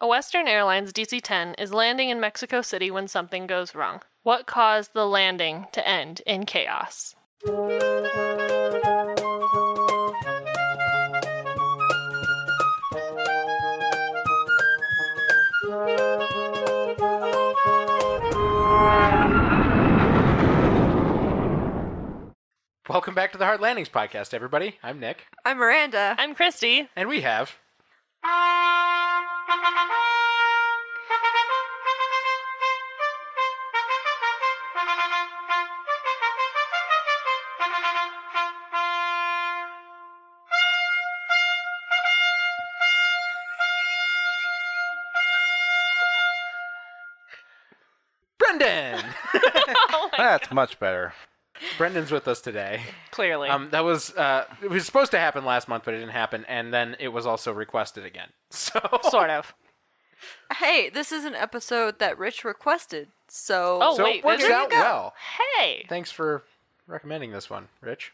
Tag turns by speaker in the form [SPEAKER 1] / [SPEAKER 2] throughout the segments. [SPEAKER 1] A Western Airlines DC 10 is landing in Mexico City when something goes wrong. What caused the landing to end in chaos?
[SPEAKER 2] Welcome back to the Hard Landings podcast, everybody. I'm Nick,
[SPEAKER 3] I'm Miranda.
[SPEAKER 1] I'm Christy.
[SPEAKER 2] and we have Brendan.
[SPEAKER 3] Oh
[SPEAKER 4] That's much better.
[SPEAKER 2] Brendan's with us today.
[SPEAKER 1] Clearly.
[SPEAKER 2] Um, that was uh, it was supposed to happen last month, but it didn't happen, and then it was also requested again. So
[SPEAKER 1] sort of.
[SPEAKER 3] Hey, this is an episode that Rich requested, so
[SPEAKER 1] Oh,
[SPEAKER 2] so
[SPEAKER 1] wait,
[SPEAKER 2] it works
[SPEAKER 1] there you
[SPEAKER 2] out
[SPEAKER 3] go.
[SPEAKER 2] well.
[SPEAKER 1] Hey!
[SPEAKER 2] Thanks for recommending this one, Rich.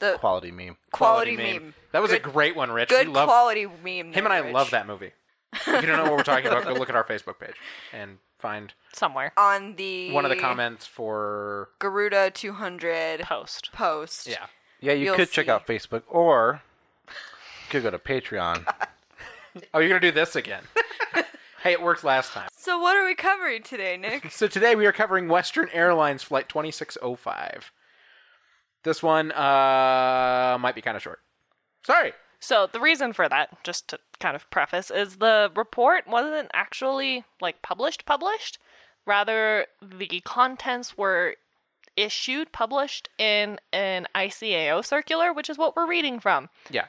[SPEAKER 3] the quality,
[SPEAKER 4] Quality meme.
[SPEAKER 3] meme.
[SPEAKER 2] That was
[SPEAKER 3] Good-
[SPEAKER 2] a great one, Rich.
[SPEAKER 3] Good
[SPEAKER 2] we love
[SPEAKER 3] quality meme.
[SPEAKER 2] him, and
[SPEAKER 3] there,
[SPEAKER 2] I
[SPEAKER 3] Rich.
[SPEAKER 2] love that movie. If you don't know what we're talking about, go look at our Facebook page and find
[SPEAKER 1] Somewhere.
[SPEAKER 3] On the
[SPEAKER 2] one of the comments for
[SPEAKER 3] Garuda 200
[SPEAKER 1] Post.
[SPEAKER 3] post.
[SPEAKER 2] yeah.
[SPEAKER 4] Yeah, you
[SPEAKER 3] You'll
[SPEAKER 4] could check
[SPEAKER 3] see.
[SPEAKER 4] out Facebook or you could go to Patreon.
[SPEAKER 2] Oh, you're gonna do this again? hey, it worked last time.
[SPEAKER 3] So what are we covering today, Nick?
[SPEAKER 2] So today we are covering Western Airlines Flight 2605. This one uh, might be kind of short. Sorry.
[SPEAKER 1] So the reason for that, just to kind of preface, is the report wasn't actually like published published. Rather, the contents were issued published in an ICAO circular, which is what we're reading from.
[SPEAKER 2] Yeah. and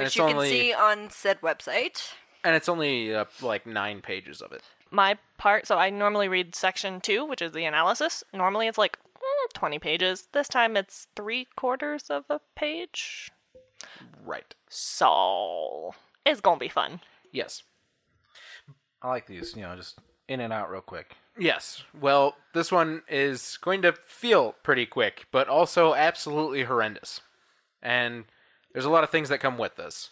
[SPEAKER 3] Which
[SPEAKER 2] it's
[SPEAKER 3] you can
[SPEAKER 2] only
[SPEAKER 3] see on said website.
[SPEAKER 2] and it's only uh, like nine pages of it.
[SPEAKER 1] My part, so I normally read section two, which is the analysis. Normally it's like mm, 20 pages. This time it's three quarters of a page.
[SPEAKER 2] Right.
[SPEAKER 1] So it's gonna be fun.
[SPEAKER 2] Yes.
[SPEAKER 4] I like these, you know, just in and out real quick.
[SPEAKER 2] Yes. Well, this one is going to feel pretty quick, but also absolutely horrendous. And there's a lot of things that come with this.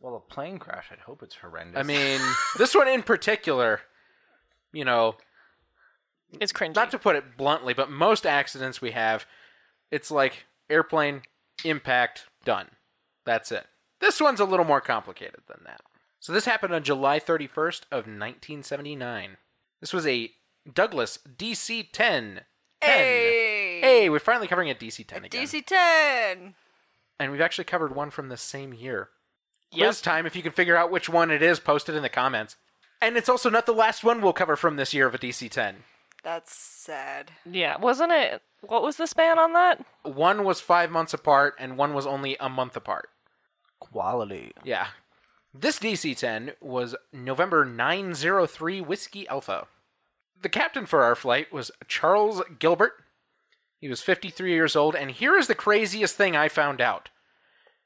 [SPEAKER 4] Well, a plane crash, I'd hope it's horrendous.
[SPEAKER 2] I mean, this one in particular, you know,
[SPEAKER 1] It's cringy.
[SPEAKER 2] not to put it bluntly, but most accidents we have, it's like airplane impact done. That's it. This one's a little more complicated than that. So this happened on July 31st of 1979. This was a Douglas DC-10. 10.
[SPEAKER 3] Hey.
[SPEAKER 2] Hey, we're finally covering a DC-10 again.
[SPEAKER 3] DC 10.
[SPEAKER 2] and we've actually covered one from the same year.
[SPEAKER 1] Yep.
[SPEAKER 2] Quiz time if you can figure out which one it is, post it in the comments. And it's also not the last one we'll cover from this year of a DC-10.
[SPEAKER 3] That's sad.
[SPEAKER 1] Yeah, wasn't it? What was the span on that?
[SPEAKER 2] one was five months apart and one was only a month apart.
[SPEAKER 4] quality.
[SPEAKER 2] Yeah. This DC 10 was November 903 Whiskey Alpha. The captain for our flight was Charles Gilbert. He was 53 years old, and here is the craziest thing I found out.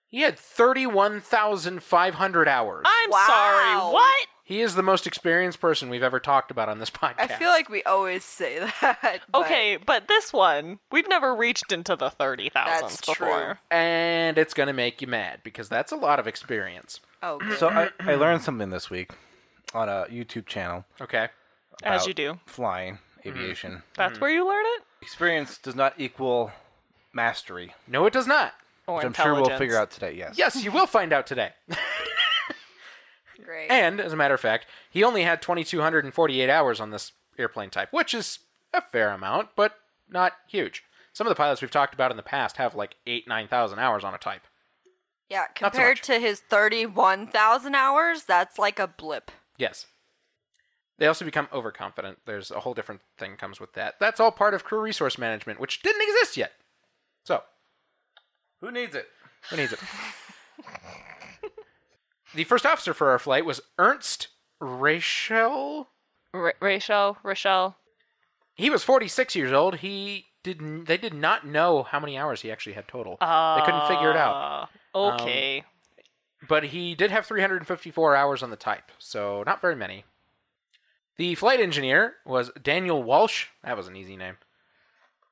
[SPEAKER 2] He had 31,500 hours.
[SPEAKER 1] I'm
[SPEAKER 3] Wow.
[SPEAKER 1] sorry. What?
[SPEAKER 2] He is the most experienced person we've ever talked about on this podcast.
[SPEAKER 3] I feel like we always say that. but
[SPEAKER 1] Okay, but this one we've never reached into the thirty thousands
[SPEAKER 3] That's true.
[SPEAKER 1] before.
[SPEAKER 2] And it's going to make you mad because that's a lot of experience.
[SPEAKER 3] Oh,
[SPEAKER 4] So I, I learned something this week on a YouTube channel.
[SPEAKER 2] Okay.
[SPEAKER 1] As
[SPEAKER 4] about
[SPEAKER 1] you do.
[SPEAKER 4] Flying, aviation.
[SPEAKER 1] That's where you learn it.
[SPEAKER 4] Experience does not equal mastery,
[SPEAKER 2] No, it does not.
[SPEAKER 1] Or
[SPEAKER 4] which I'm sure we'll
[SPEAKER 1] intelligence.
[SPEAKER 4] figure out today, yes.
[SPEAKER 2] Yes, you will find out today.
[SPEAKER 3] great.
[SPEAKER 2] And as a matter of fact, he only had 2,248 hours on this airplane type, which is a fair amount, but not huge. Some of the pilots we've talked about in the past have like eight, 9,000 hours on a type.
[SPEAKER 3] yeah,
[SPEAKER 2] much.
[SPEAKER 3] compared to his 31,000 hours, that's like a blip.
[SPEAKER 2] Yes. They also become overconfident. There's a whole different thing comes with that. That's all part of crew resource management, which didn't exist yet. So,
[SPEAKER 4] Who needs it?
[SPEAKER 2] who needs it? the first officer for our flight was Ernst Rachel
[SPEAKER 1] Ra- Rachel, Rochelle.
[SPEAKER 2] He was 46 years old. He didn't. They did not know how many hours he actually had total. they couldn't figure it out.
[SPEAKER 1] Uh, okay.
[SPEAKER 2] But he did have 354 hours on the type, so not very many. The flight engineer was Daniel Walsh. That was an easy name.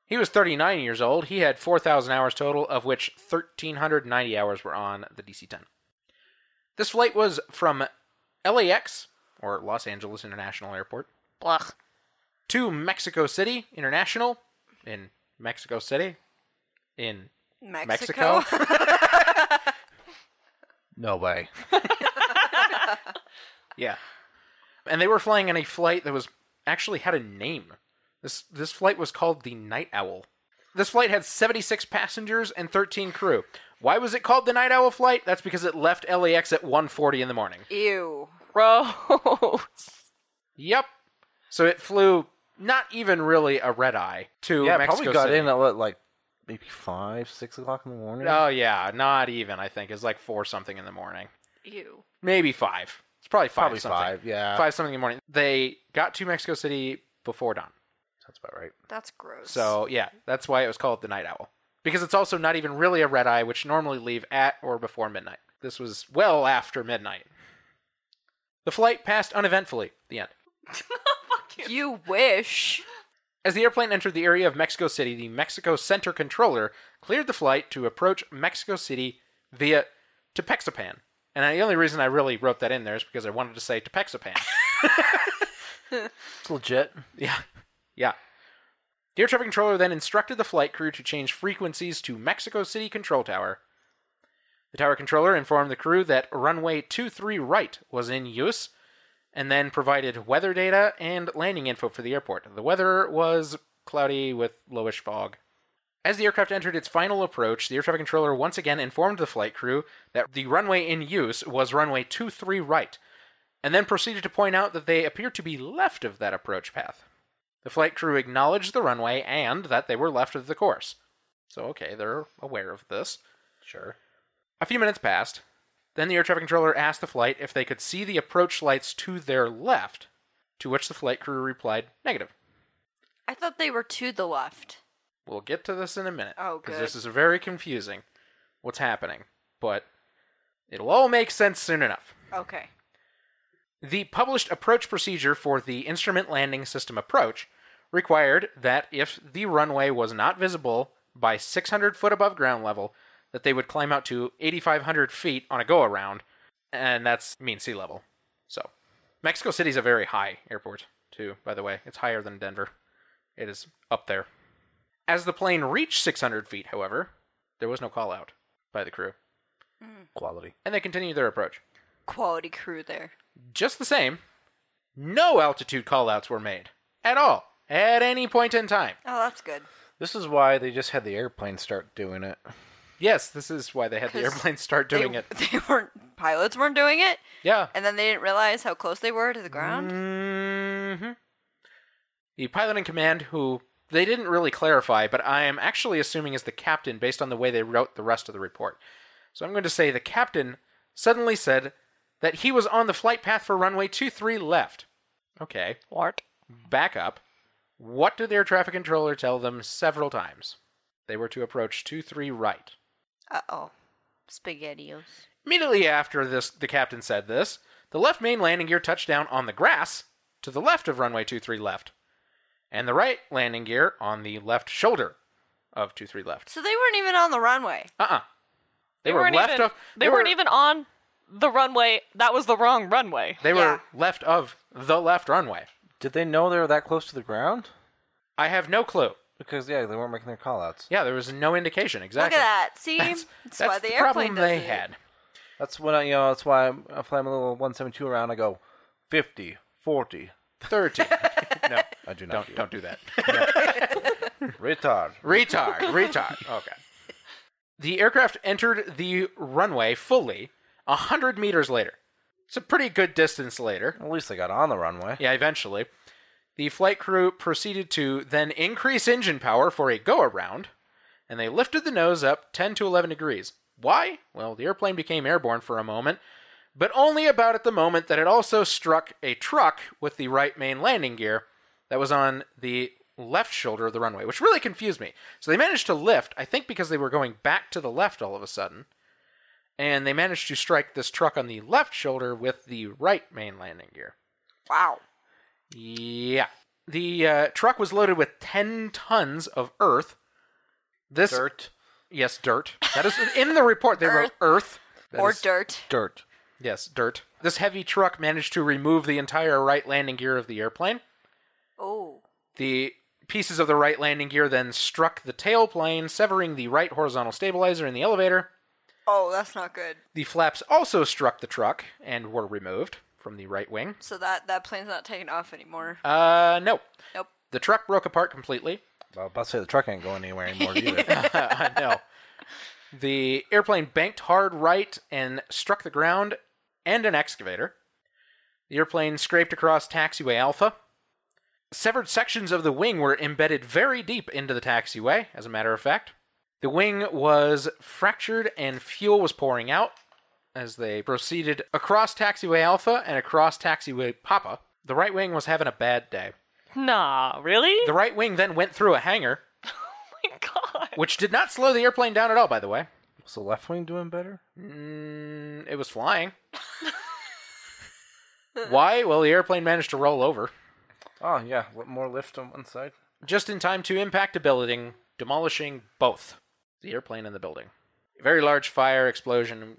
[SPEAKER 2] He was 39 years old. He had 4,000 hours total, of which 1,390 hours were on the DC 10. This flight was from LAX, or Los Angeles International Airport,
[SPEAKER 1] Blah.
[SPEAKER 2] to Mexico City International in Mexico City in
[SPEAKER 3] Mexico.
[SPEAKER 4] No way.
[SPEAKER 2] Yeah. And they were flying on a flight that was actually had a name. This this flight was called the Night Owl. This flight had 76 passengers and 13 crew. Why was it called the Night Owl flight? That's because it left LAX at 1:40 in the morning.
[SPEAKER 3] Ew.
[SPEAKER 1] Gross.
[SPEAKER 2] Yep. So it flew not even really a red eye to
[SPEAKER 4] yeah,
[SPEAKER 2] Mexico
[SPEAKER 4] probably got
[SPEAKER 2] City.
[SPEAKER 4] in at what, like maybe five, six o'clock in the morning.
[SPEAKER 2] Oh yeah, not even. I think it's like four something in the morning.
[SPEAKER 3] Ew.
[SPEAKER 2] Maybe five. It's probably five.
[SPEAKER 4] probably
[SPEAKER 2] something.
[SPEAKER 4] five. Yeah,
[SPEAKER 2] Five something in the morning. They got to Mexico City before dawn.
[SPEAKER 4] That's about right.
[SPEAKER 3] That's gross.
[SPEAKER 2] So yeah, that's why it was called the night owl. Because it's also not even really a red eye, which normally leave at or before midnight. This was well after midnight. The flight passed uneventfully. The end.
[SPEAKER 3] you wish.
[SPEAKER 2] As the airplane entered the area of Mexico City, the Mexico Center controller cleared the flight to approach Mexico City via Tepexapan. And the only reason I really wrote that in there is because I wanted to say Tepexapan.
[SPEAKER 4] It's legit.
[SPEAKER 2] Yeah. Yeah. The air traffic controller then instructed the flight crew to change frequencies to Mexico City Control Tower. The tower controller informed the crew that runway 23 right was in use and then provided weather data and landing info for the airport. The weather was cloudy with lowish fog. As the aircraft entered its final approach, the air traffic controller once again informed the flight crew that the runway in use was runway 23 right, and then proceeded to point out that they appeared to be left of that approach path. The flight crew acknowledged the runway and that they were left of the course. So, okay, they're aware of this.
[SPEAKER 4] Sure.
[SPEAKER 2] A few minutes passed. Then the air traffic controller asked the flight if they could see the approach lights to their left, to which the flight crew replied, negative.
[SPEAKER 3] I thought they were to the left.
[SPEAKER 2] We'll get to this in a minute.
[SPEAKER 3] Oh,
[SPEAKER 2] Because
[SPEAKER 3] good.
[SPEAKER 2] this is very confusing what's happening. But it'll all make sense soon enough.
[SPEAKER 3] Okay.
[SPEAKER 2] The published approach procedure for the instrument landing system approach required that if the runway was not visible by 600 foot above ground level, that they would climb out to 8,500 feet on a go around, and that's mean sea level. So, Mexico City's a very high airport, too, by the way. It's higher than Denver. It is up there. As the plane reached 600 feet, however, there was no call out by the crew,
[SPEAKER 4] Quality.
[SPEAKER 2] and they continued their approach.
[SPEAKER 3] Quality crew there.
[SPEAKER 2] Just the same, no altitude callouts were made at all at any point in time.
[SPEAKER 3] Oh, that's good.
[SPEAKER 4] This is why they just had the airplane start doing it.
[SPEAKER 2] Yes, this is why they had the
[SPEAKER 3] 'Cause
[SPEAKER 2] airplane start
[SPEAKER 3] They-
[SPEAKER 2] doing it.
[SPEAKER 3] They weren't pilots weren't doing it,
[SPEAKER 2] Yeah.
[SPEAKER 3] and then they didn't realize how close they were to the ground.
[SPEAKER 2] Mm. hmm The pilot in command, who they didn't really clarify, but I am actually assuming is the captain based on the way they wrote the rest of the report. So I'm going to say the captain suddenly said that he was on the flight path for runway 23 left. Okay.
[SPEAKER 1] What?
[SPEAKER 2] back up. What did the air traffic controller tell them several times? They were to approach 23 right.
[SPEAKER 3] Uh oh. Spaghettios.
[SPEAKER 2] Immediately after this, the captain said this, the left main landing gear touched down on the grass to the left of runway 23 left, and the right landing gear on the left shoulder of 23 left.
[SPEAKER 3] So they weren't even on the runway.
[SPEAKER 2] Uh uh They, were
[SPEAKER 1] weren't
[SPEAKER 2] left
[SPEAKER 1] even,
[SPEAKER 2] of.
[SPEAKER 1] They, weren't even on the runway. That was the wrong runway.
[SPEAKER 2] They
[SPEAKER 3] Yeah.
[SPEAKER 2] were left of the left runway.
[SPEAKER 4] Did they know they were that close to the ground?
[SPEAKER 2] I have no clue.
[SPEAKER 4] Because yeah, they weren't making their callouts.
[SPEAKER 2] Yeah, there was no indication exactly.
[SPEAKER 3] Look at that. See,
[SPEAKER 2] That's,
[SPEAKER 3] that's,
[SPEAKER 2] that's
[SPEAKER 3] why the,
[SPEAKER 2] the
[SPEAKER 3] airplane
[SPEAKER 2] problem they
[SPEAKER 3] does it.
[SPEAKER 2] had.
[SPEAKER 4] That's when I, you know, that's why I'm, I fly my little 172 around. I go 50, 40.
[SPEAKER 2] 30. no,
[SPEAKER 4] I do not.
[SPEAKER 2] don't don't do that.
[SPEAKER 4] that. Retard.
[SPEAKER 2] retard, retard. Okay. The aircraft entered the runway fully 100 meters later. It's a pretty good distance later.
[SPEAKER 4] At least they got on the runway.
[SPEAKER 2] Yeah, eventually. The flight crew proceeded to then increase engine power for a go around, and they lifted the nose up 10 to 11 degrees. Why? Well, the airplane became airborne for a moment, but only about at the moment that it also struck a truck with the right main landing gear that was on the left shoulder of the runway, which really confused me. So they managed to lift, I think because they were going back to the left all of a sudden, and they managed to strike this truck on the left shoulder with the right main landing gear.
[SPEAKER 3] Wow.
[SPEAKER 2] Yeah. The uh, truck was loaded with 10 tons of earth. This
[SPEAKER 4] Dirt.
[SPEAKER 2] Yes, dirt. That is in the report. They wrote earth. That
[SPEAKER 3] or
[SPEAKER 2] is-
[SPEAKER 3] dirt.
[SPEAKER 4] Dirt.
[SPEAKER 2] Yes, dirt. This heavy truck managed to remove the entire right landing gear of the airplane.
[SPEAKER 3] Oh.
[SPEAKER 2] The pieces of the right landing gear then struck the tailplane, severing the right horizontal stabilizer in the elevator.
[SPEAKER 3] Oh, that's not good.
[SPEAKER 2] The flaps also struck the truck and were removed from the right wing.
[SPEAKER 3] So that that plane's not taking off anymore.
[SPEAKER 2] Uh, no.
[SPEAKER 3] Nope.
[SPEAKER 2] The truck broke apart completely.
[SPEAKER 4] Well, about to say the truck ain't going anywhere anymore either.
[SPEAKER 2] no. The airplane banked hard right and struck the ground and an excavator. The airplane scraped across taxiway Alpha. Severed sections of the wing were embedded very deep into the taxiway, as a matter of fact. The wing was fractured and fuel was pouring out as they proceeded across taxiway Alpha and across taxiway Papa. The right wing was having a bad day.
[SPEAKER 1] Nah, really?
[SPEAKER 2] The right wing then went through a hangar,
[SPEAKER 1] oh my god.
[SPEAKER 2] which did not slow the airplane down at all, by the way.
[SPEAKER 4] Was the left wing doing better?
[SPEAKER 2] Mm, it was flying. Why? Well, the airplane managed to roll over
[SPEAKER 4] Oh yeah, what more lift on one side?
[SPEAKER 2] just in time to impact a building, demolishing both the airplane and the building. A very large fire explosion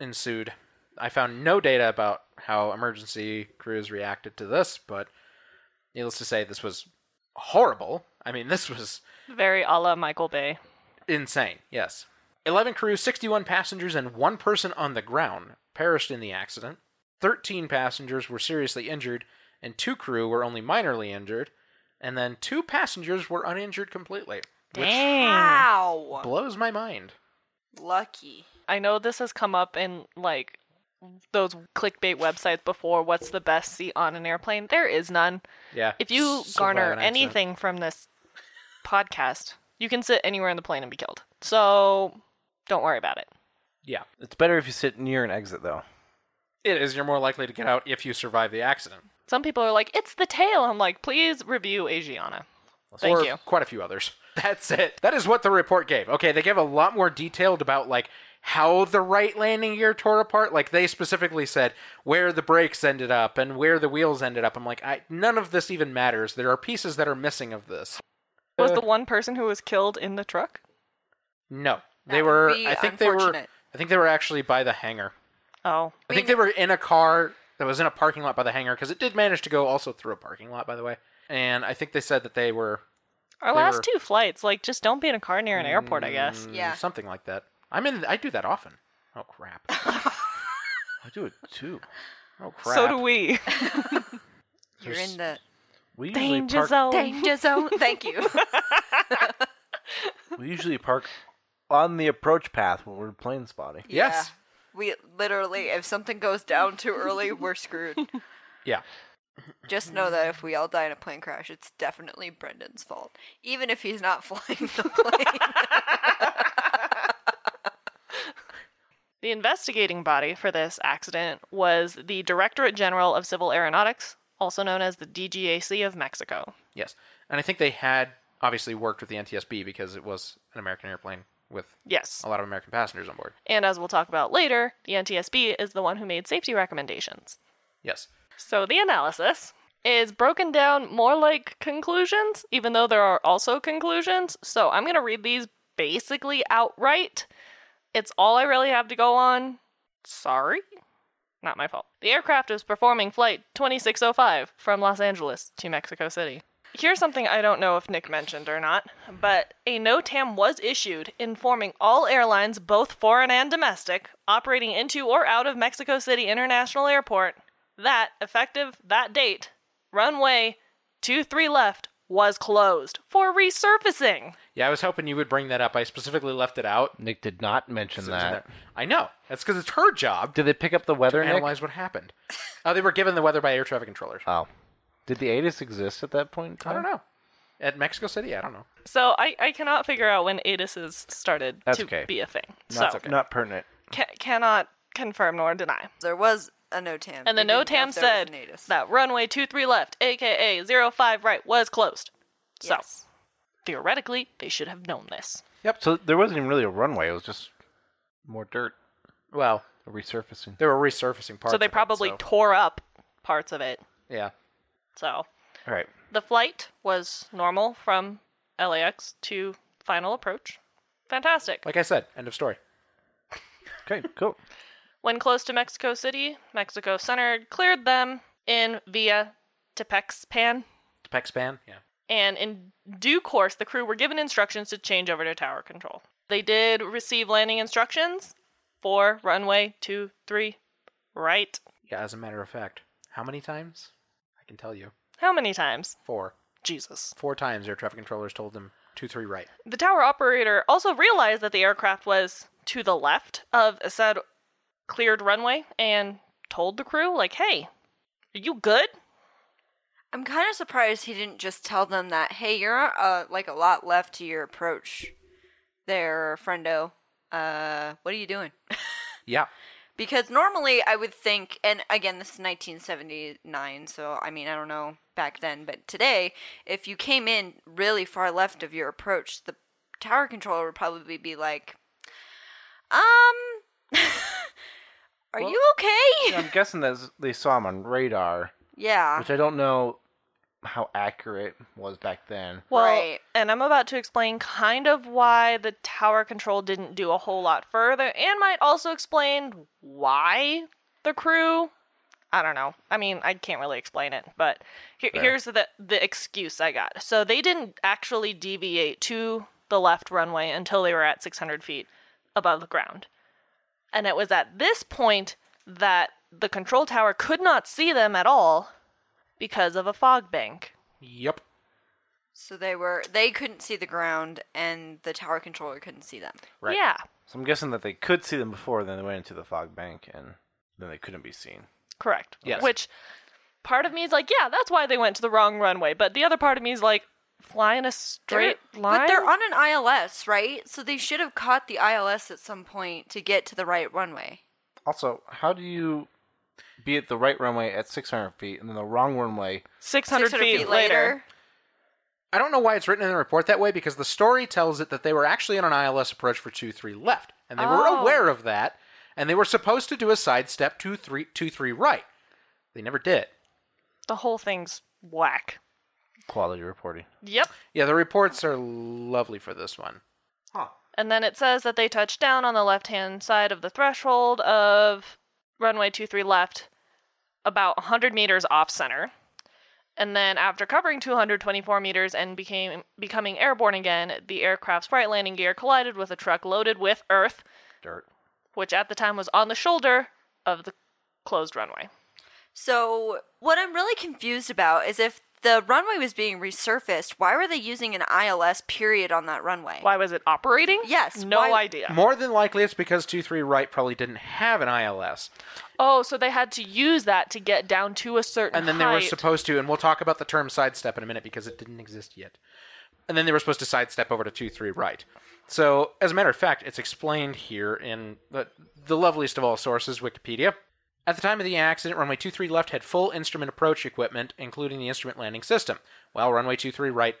[SPEAKER 2] ensued. I found no data about how emergency crews reacted to this, but needless to say, this was horrible. I mean, this was
[SPEAKER 1] Very a la Michael Bay.
[SPEAKER 2] Insane, yes. 11 crew, 61 passengers, and one person on the ground perished in the accident. 13 passengers were seriously injured, and two crew were only minorly injured, and then two passengers were uninjured completely.
[SPEAKER 1] Dang.
[SPEAKER 3] Ah. Wow.
[SPEAKER 2] Blows my mind.
[SPEAKER 3] Lucky.
[SPEAKER 1] I know this has come up in like those clickbait websites before. What's the best seat on an airplane? There is none.
[SPEAKER 2] Yeah.
[SPEAKER 1] If you
[SPEAKER 2] survive
[SPEAKER 1] garner
[SPEAKER 2] an accident.
[SPEAKER 1] anything from this podcast, you can sit anywhere in the plane and be killed. So don't worry about it.
[SPEAKER 2] Yeah.
[SPEAKER 4] It's better if you sit near an exit though.
[SPEAKER 2] It is. You're more likely to get out if you survive the accident.
[SPEAKER 1] Some people are like, it's the tail. I'm like, please review Asiana. Thank
[SPEAKER 2] or
[SPEAKER 1] you.
[SPEAKER 2] quite a few others. That's it. That is what the report gave. Okay, they gave a lot more detailed about like how the right landing gear tore apart. Like they specifically said where the brakes ended up and where the wheels ended up. I'm like, I, none of this even matters. There are pieces that are missing of this.
[SPEAKER 1] Was
[SPEAKER 2] Uh,
[SPEAKER 1] the one person who was killed in the truck?
[SPEAKER 2] No, they
[SPEAKER 3] would
[SPEAKER 2] were.
[SPEAKER 3] be
[SPEAKER 2] I think they were.
[SPEAKER 3] unfortunate.
[SPEAKER 2] I think they were actually by the hangar.
[SPEAKER 1] Oh,
[SPEAKER 2] I think they were in a car that was in a parking lot by the hangar because it did manage to go also through a parking lot, by the way. And I think they said that they were
[SPEAKER 1] our
[SPEAKER 2] They
[SPEAKER 1] last
[SPEAKER 2] were-
[SPEAKER 1] two flights. Like, just don't be in a car near an airport. I guess.
[SPEAKER 2] mm,
[SPEAKER 3] Yeah.
[SPEAKER 2] something like that. I'm in. I do that often. Oh crap.
[SPEAKER 4] I do it too.
[SPEAKER 2] Oh crap.
[SPEAKER 1] So do we.
[SPEAKER 3] You're in the
[SPEAKER 4] We usually
[SPEAKER 1] Danger
[SPEAKER 4] park.
[SPEAKER 1] zone.
[SPEAKER 3] danger zone. Thank you.
[SPEAKER 4] We usually park on the approach path when we're plane spotting.
[SPEAKER 2] Yes.
[SPEAKER 3] Yeah. We literally, if something goes down too early, we're screwed.
[SPEAKER 2] Yeah.
[SPEAKER 3] Just know that if we all die in a plane crash, it's definitely Brendan's fault. Even if he's not flying the plane.
[SPEAKER 1] The investigating body for this accident was the Directorate General of Civil Aeronautics, also known as the DGAC of Mexico.
[SPEAKER 2] Yes. And I think they had obviously worked with the NTSB because it was an American airplane with
[SPEAKER 1] Yes.
[SPEAKER 2] a lot of American passengers on board.
[SPEAKER 1] And as we'll talk about later, the NTSB is the one who made safety recommendations.
[SPEAKER 2] Yes.
[SPEAKER 1] So the analysis is broken down more like conclusions, even though there are also conclusions. So I'm going to read these basically outright. It's all I really have to go on. Sorry. Not my fault. The aircraft is performing flight 2605 from Los Angeles to Mexico City. Here's something I don't know if Nick mentioned or not, but a NOTAM was issued informing all airlines, both foreign and domestic, operating into or out of Mexico City International Airport that, effective that date, runway 23 left was closed for resurfacing.
[SPEAKER 2] Yeah, I was hoping you would bring that up. I specifically left it out.
[SPEAKER 4] Nick did not mention that.
[SPEAKER 2] I know. That's because it's her job to
[SPEAKER 4] Did they pick up the weather, Nick?
[SPEAKER 2] analyze what happened. Oh, they were given the weather by air traffic controllers.
[SPEAKER 4] Oh. Did the ATIS exist at that point in time?
[SPEAKER 2] I don't know. At Mexico City, I don't know.
[SPEAKER 1] So I, I cannot figure out when ATISs started
[SPEAKER 4] That's
[SPEAKER 1] to
[SPEAKER 4] okay.
[SPEAKER 1] be a thing.
[SPEAKER 4] Not,
[SPEAKER 1] so
[SPEAKER 4] not pertinent.
[SPEAKER 1] ca- cannot confirm nor deny.
[SPEAKER 3] there was a NOTAM.
[SPEAKER 1] And the
[SPEAKER 3] They didn't know
[SPEAKER 1] NOTAM
[SPEAKER 3] if there
[SPEAKER 1] said
[SPEAKER 3] was an ATIS.
[SPEAKER 1] that runway 23 left, aka 05 right, was closed. So
[SPEAKER 3] Yes.
[SPEAKER 1] theoretically, they should have known this.
[SPEAKER 4] So there wasn't even really a runway. It was just more dirt
[SPEAKER 2] Well,
[SPEAKER 4] resurfacing.
[SPEAKER 2] they were resurfacing parts.
[SPEAKER 1] so they
[SPEAKER 2] of it,
[SPEAKER 1] probably
[SPEAKER 2] so-
[SPEAKER 1] tore up parts of it.
[SPEAKER 2] yeah.
[SPEAKER 1] So
[SPEAKER 4] All right.
[SPEAKER 1] The flight was normal from LAX to final approach. Fantastic.
[SPEAKER 2] Like I said, end of story.
[SPEAKER 4] Okay, cool.
[SPEAKER 1] When close to Mexico City, Mexico Center cleared them in via Tepexpan,
[SPEAKER 2] Pexpan? Yeah.
[SPEAKER 1] and in due course, the crew were given instructions to change over to tower control. They did receive landing instructions for runway two three, right.
[SPEAKER 2] Yeah, as a matter of fact. How many times? I can tell you.
[SPEAKER 1] How many times?
[SPEAKER 2] Four.
[SPEAKER 1] Jesus.
[SPEAKER 2] Four times air traffic controllers told them two three right.
[SPEAKER 1] The tower operator also realized that the aircraft was to the left of said cleared runway and told the crew, like, hey, are you good?
[SPEAKER 3] I'm kind of surprised he didn't just tell them that, hey, you're uh, like a lot left to your approach there, friendo. Uh, what are you doing?
[SPEAKER 2] Yeah.
[SPEAKER 3] because normally I would think, and again, this is 1979, so I mean, I don't know back then, but today, if you came in really far left of your approach, the tower controller would probably be like, um, are you okay?
[SPEAKER 4] Yeah, I'm guessing that they saw him on radar,
[SPEAKER 3] Yeah.
[SPEAKER 4] which I don't know how accurate was back then.
[SPEAKER 1] Well,
[SPEAKER 3] Right.
[SPEAKER 1] and I'm about to explain kind of why the tower control didn't do a whole lot further and might also explain why the crew I don't know. I mean, I can't really explain it, but here, here's the the excuse I got. So they didn't actually deviate to the left runway until they were at 600 feet above the ground. And it was at this point that the control tower could not see them at all because of a fog bank.
[SPEAKER 2] Yep.
[SPEAKER 3] So they were, they couldn't see the ground, and the tower controller couldn't see them.
[SPEAKER 2] Right.
[SPEAKER 1] Yeah.
[SPEAKER 4] So I'm guessing that they could see them before, then they went into the fog bank, and then they couldn't be seen.
[SPEAKER 1] Correct.
[SPEAKER 2] Yes.
[SPEAKER 1] Which part of me is like, yeah, that's why they went to the wrong runway. But the other part of me is like, flying a straight
[SPEAKER 3] They're-
[SPEAKER 1] line.
[SPEAKER 3] But they're on an ILS, right? So they should have caught the ILS at some point to get to the right runway.
[SPEAKER 4] Also, how do you be at the right runway at 600 feet and then the wrong runway?
[SPEAKER 1] 600, feet, later.
[SPEAKER 2] I don't know why it's written in the report that way because the story tells it that they were actually on an ILS approach for 2 3 left. And they were
[SPEAKER 3] Oh.
[SPEAKER 2] aware of that. And they were supposed to do a sidestep 2 3, 2 3 right. They never did.
[SPEAKER 1] The whole thing's whack.
[SPEAKER 4] Quality reporting.
[SPEAKER 1] Yep.
[SPEAKER 2] Yeah, the reports are lovely for this one.
[SPEAKER 1] And then it says that they touched down on the left hand side of the threshold of runway 23 left, about 100 meters off center. And then after covering 224 meters and became becoming airborne again, the aircraft's right landing gear collided with a truck loaded with earth
[SPEAKER 4] Dirt.
[SPEAKER 1] which at the time was on the shoulder of the closed runway.
[SPEAKER 3] So what I'm really confused about is if the runway was being resurfaced, why were they using an ILS period on that runway?
[SPEAKER 1] Why was it operating?
[SPEAKER 3] Yes,
[SPEAKER 1] No
[SPEAKER 3] why-
[SPEAKER 1] idea.
[SPEAKER 2] More than likely, it's because 2 3 right probably didn't have an ILS.
[SPEAKER 1] Oh, so they had to use that to get down to a certain
[SPEAKER 2] and then they were
[SPEAKER 1] height.
[SPEAKER 3] Uh,
[SPEAKER 2] supposed to and we'll talk about the term sidestep in a minute because it didn't exist yet and then they were supposed to sidestep over to 2-3 right so as a matter of fact it's explained here in the, the loveliest of all sources wikipedia at the time of the accident runway 23 left had full instrument approach equipment including the instrument landing system while runway 23 right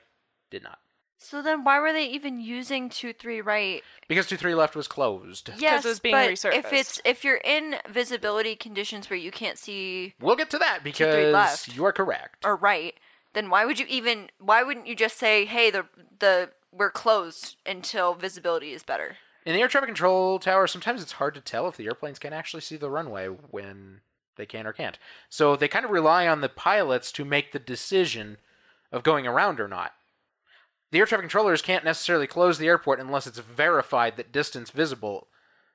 [SPEAKER 2] did not
[SPEAKER 3] So then why were they even using two three right?
[SPEAKER 2] because 23 left was closed
[SPEAKER 3] Yes,
[SPEAKER 1] it was being
[SPEAKER 3] but
[SPEAKER 1] resurfaced.
[SPEAKER 3] if it's if you're in visibility conditions where you can't see
[SPEAKER 2] we'll get to that because
[SPEAKER 3] left.
[SPEAKER 2] you are correct
[SPEAKER 3] or right, then why would you even? Why wouldn't you just say, hey, the the we're closed until visibility is better?
[SPEAKER 2] in the air traffic control tower, sometimes it's hard to tell if the airplanes can actually see the runway when they can or can't. So they kind of rely on the pilots to make the decision of going around or not. The air traffic controllers can't necessarily close the airport unless it's verified that distance visible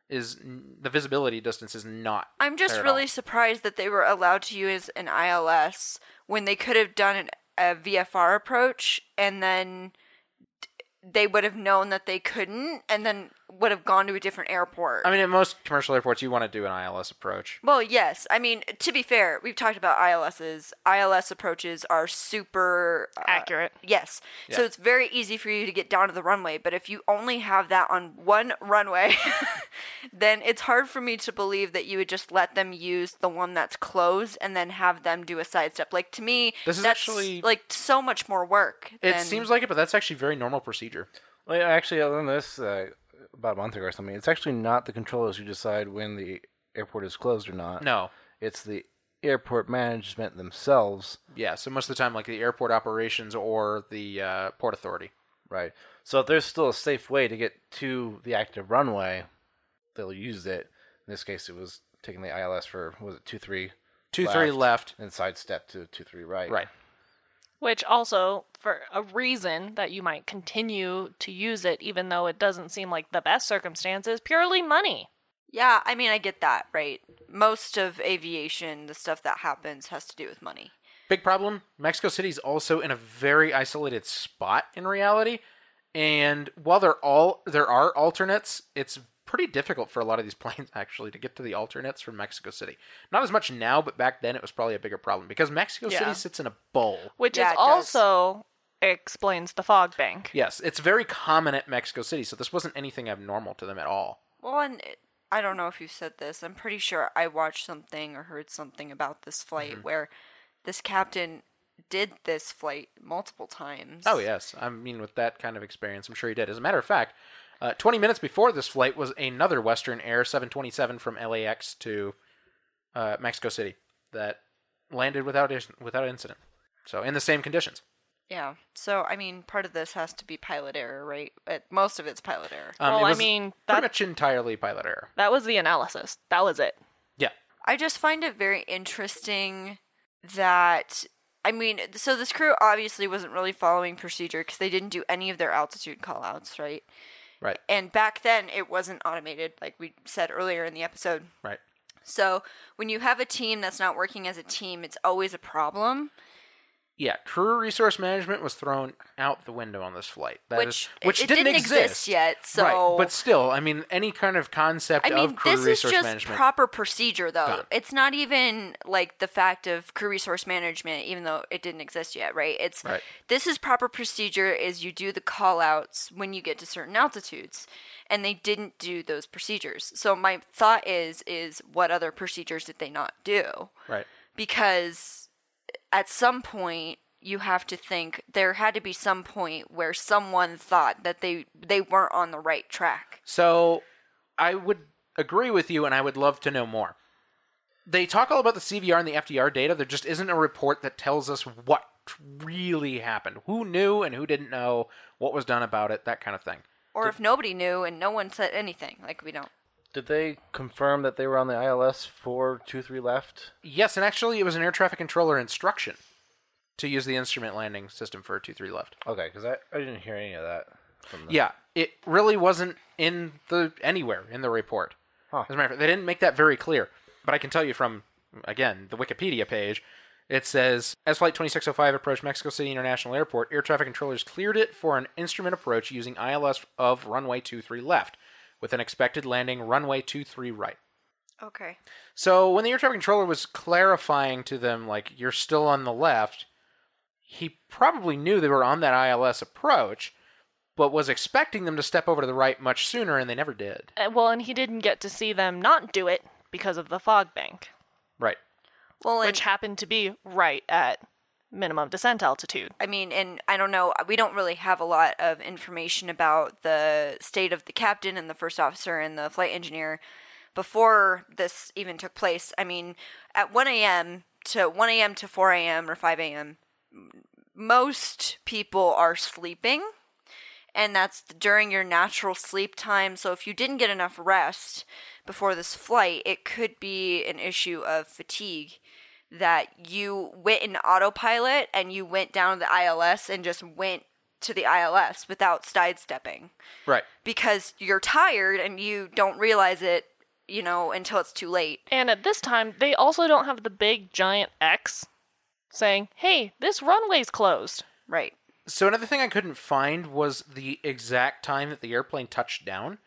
[SPEAKER 2] is n- the visibility distance is not.
[SPEAKER 3] I'm just
[SPEAKER 2] there at
[SPEAKER 3] really
[SPEAKER 2] all.
[SPEAKER 3] surprised that they were allowed to use an ILS when they could have done an, a VFR approach and then d- they would have known that they couldn't and then would have gone to a different airport.
[SPEAKER 2] I mean, at most commercial airports, you want to do an ILS approach.
[SPEAKER 3] well, yes. I mean, to be fair, we've talked about ILSs. ILS approaches are super uh,
[SPEAKER 1] accurate.
[SPEAKER 3] Yes. So it's very easy for you to get down to the runway, but if you only have that on one runway, then it's hard for me to believe that you would just let them use the one that's closed and then have them do a sidestep. Like to me,
[SPEAKER 2] This is
[SPEAKER 3] that's
[SPEAKER 2] actually-
[SPEAKER 3] like so much more work.
[SPEAKER 2] It
[SPEAKER 3] than-
[SPEAKER 2] seems like it, but that's actually very normal procedure.
[SPEAKER 4] Well, yeah, actually, other than this, uh, about a month ago or something, it's actually not the controllers who decide when the airport is closed or not.
[SPEAKER 2] No.
[SPEAKER 4] It's the airport management themselves,
[SPEAKER 2] Yeah, so most of the time, like the airport operations or the uh, port authority.
[SPEAKER 4] right? So if there's still a safe way to get to the active runway, they'll use it. In this case, it was taking the ILS for was it two three
[SPEAKER 2] Two three left.
[SPEAKER 4] and sidestep to two three right.
[SPEAKER 2] Right.
[SPEAKER 1] Which also, for a reason that you might continue to use it, even though it doesn't seem like the best circumstances, purely money.
[SPEAKER 3] Yeah, I mean, I get that, right? Most of aviation, the stuff that happens, has to do with money.
[SPEAKER 2] Big problem. Mexico City's also in a very isolated spot in reality, and while they're all there are alternates, it's pretty difficult for a lot of these planes actually to get to the alternates from Mexico City. Not as much now, but back then it was probably a bigger problem because Mexico
[SPEAKER 1] Yeah.
[SPEAKER 2] City sits in a bowl.
[SPEAKER 1] Which
[SPEAKER 3] Yeah,
[SPEAKER 1] is
[SPEAKER 3] it does.
[SPEAKER 1] also explains the fog bank.
[SPEAKER 2] Yes, it's very common at Mexico City, so this wasn't anything abnormal to them at all.
[SPEAKER 3] Well, and it, I don't know if you said this. I'm pretty sure I watched something or heard something about this flight
[SPEAKER 2] Mm-hmm.
[SPEAKER 3] where this captain did this flight multiple times.
[SPEAKER 2] Oh yes, I mean with that kind of experience, I'm sure he did. As a matter of fact, uh, 20 minutes before this flight was another Western Air 727 from LAX to uh, Mexico City that landed without is- without incident. So in the same conditions.
[SPEAKER 3] Yeah. So, I mean, part of this has to be pilot error, right? Uh, most of it's pilot error.
[SPEAKER 2] Um,
[SPEAKER 1] Well,
[SPEAKER 2] it
[SPEAKER 1] I
[SPEAKER 2] was
[SPEAKER 1] mean,
[SPEAKER 2] pretty
[SPEAKER 1] that-
[SPEAKER 2] much entirely pilot error.
[SPEAKER 1] That was the analysis. That was it.
[SPEAKER 2] Yeah,
[SPEAKER 3] I just find it very interesting that I mean, so this crew obviously wasn't really following procedure because they didn't do any of their altitude callouts, right?
[SPEAKER 2] right,
[SPEAKER 3] And back then, it wasn't automated, like we said earlier in the episode.
[SPEAKER 2] right.
[SPEAKER 3] So when you have a team that's not working as a team, it's always a problem.
[SPEAKER 2] Yeah, crew resource management was thrown out the window on this flight. That
[SPEAKER 3] Which-
[SPEAKER 2] is-
[SPEAKER 3] it-
[SPEAKER 2] which
[SPEAKER 3] it
[SPEAKER 2] didn't,
[SPEAKER 3] didn't exist yet, so-
[SPEAKER 2] right. but still, I mean, any kind of concept
[SPEAKER 3] I mean,
[SPEAKER 2] of crew
[SPEAKER 3] this is
[SPEAKER 2] resource
[SPEAKER 3] just
[SPEAKER 2] management
[SPEAKER 3] proper procedure, though.
[SPEAKER 2] Got it.
[SPEAKER 3] It's not even like the fact of crew resource management, even though it didn't exist yet, right? It's
[SPEAKER 2] Right.
[SPEAKER 3] this is proper procedure is you do the call outs when you get to certain altitudes, and they didn't do those procedures. So my thought is, is what other procedures did they not do?
[SPEAKER 2] right.
[SPEAKER 3] because at some point you have to think there had to be some point where someone thought that they they weren't on the right track.
[SPEAKER 2] So I would agree with you, and I would love to know more. They talk all about the CVR and the FDR data. There just isn't a report that tells us what really happened, who knew and who didn't know, what was done about it, that kind of thing.
[SPEAKER 3] Or if nobody knew and no one said anything, like we don't.
[SPEAKER 4] Did they confirm that they were on the ILS for two three left?
[SPEAKER 2] Yes, and actually, it was an air traffic controller instruction to use the instrument landing system for 23 left.
[SPEAKER 4] Okay, because I, I didn't hear any of that. From the,
[SPEAKER 2] Yeah, it really wasn't in the anywhere in the report.
[SPEAKER 4] Huh.
[SPEAKER 2] As a matter of fact, they didn't make that very clear. But I can tell you from again the Wikipedia page, it says as Flight 2605 approached Mexico City International Airport, air traffic controllers cleared it for an instrument approach using ILS of runway 23 left, with an expected landing runway 23 right.
[SPEAKER 3] Okay.
[SPEAKER 2] So when the air traffic controller was clarifying to them, like, you're still on the left, he probably knew they were on that ILS approach, but was expecting them to step over to the right much sooner, and they never did.
[SPEAKER 1] Uh, Well, and he didn't get to see them not do it because of the fog bank,
[SPEAKER 2] Right.
[SPEAKER 3] Well, and,
[SPEAKER 1] which happened to be right at minimum descent altitude.
[SPEAKER 3] I mean, and I don't know. We don't really have a lot of information about the state of the captain and the first officer and the flight engineer before this even took place. I mean, at 1 a.m. to 1 a.m. to 4 a.m. or 5 a.m., m- most people are sleeping, and that's during your natural sleep time. So if you didn't get enough rest before this flight, it could be an issue of fatigue that you went in autopilot and you went down to the ILS and just went to the ILS without sidestepping
[SPEAKER 2] Right.
[SPEAKER 3] because you're tired and you don't realize it, you know, until it's too late.
[SPEAKER 1] And at this time, they also don't have the big giant X saying, hey, this runway's closed.
[SPEAKER 3] Right.
[SPEAKER 2] So another thing I couldn't find was the exact time that the airplane touched down.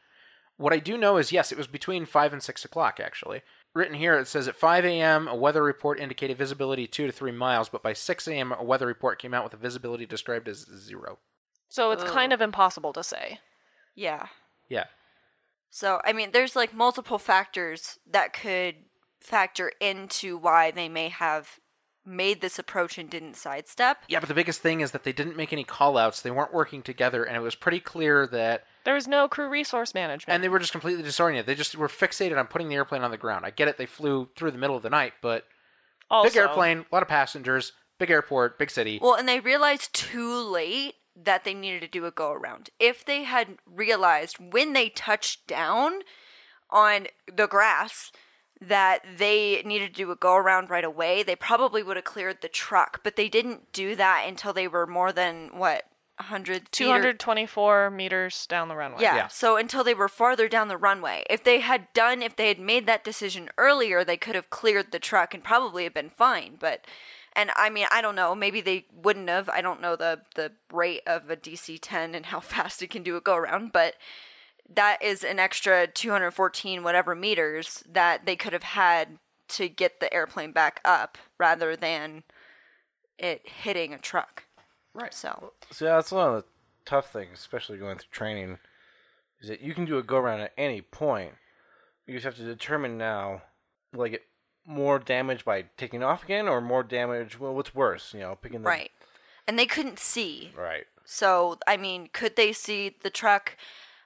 [SPEAKER 2] What I do know is yes, it was between five and six o'clock actually. Written here it says at five AM a weather report indicated visibility two to three miles, but by six AM a weather report came out with a visibility described as zero.
[SPEAKER 1] So it's kind of impossible to say.
[SPEAKER 3] Yeah.
[SPEAKER 2] Yeah.
[SPEAKER 3] So, I mean, there's like multiple factors that could factor into why they may have made this approach and didn't sidestep.
[SPEAKER 2] Yeah, but the biggest thing is that they didn't make any call outs, they weren't working together, and it was pretty clear that
[SPEAKER 1] There was no crew resource management.
[SPEAKER 2] and they were just completely disoriented. They just were fixated on putting the airplane on the ground. I get it, they flew through the middle of the night, but
[SPEAKER 1] also,
[SPEAKER 2] big airplane, a lot of passengers, big airport, big city.
[SPEAKER 3] Well, and they realized too late that they needed to do a go around. If they had realized when they touched down on the grass that they needed to do a go around right away, they probably would have cleared the truck, but they didn't do that until they were more than what 100 feet or-
[SPEAKER 1] 224 meters down the runway.
[SPEAKER 3] yeah.
[SPEAKER 2] Yeah.
[SPEAKER 3] So until they were farther down the runway, if they had done, if they had made that decision earlier, they could have cleared the truck and probably have been fine. But, and I mean, I don't know. Maybe they wouldn't have. I don't know the the rate of a DC ten and how fast it can do a go around, but that is an extra 214 whatever meters that they could have had to get the airplane back up rather than it hitting a truck.
[SPEAKER 2] Right.
[SPEAKER 3] So
[SPEAKER 4] So yeah, that's one of the tough things, especially going through training, is that you can do a go around at any point. You just have to determine now, like it more damage by taking off again, or more damage. Well, what's worse, you know, picking the
[SPEAKER 3] right. And they couldn't see.
[SPEAKER 4] right.
[SPEAKER 3] So I mean, could they see the truck?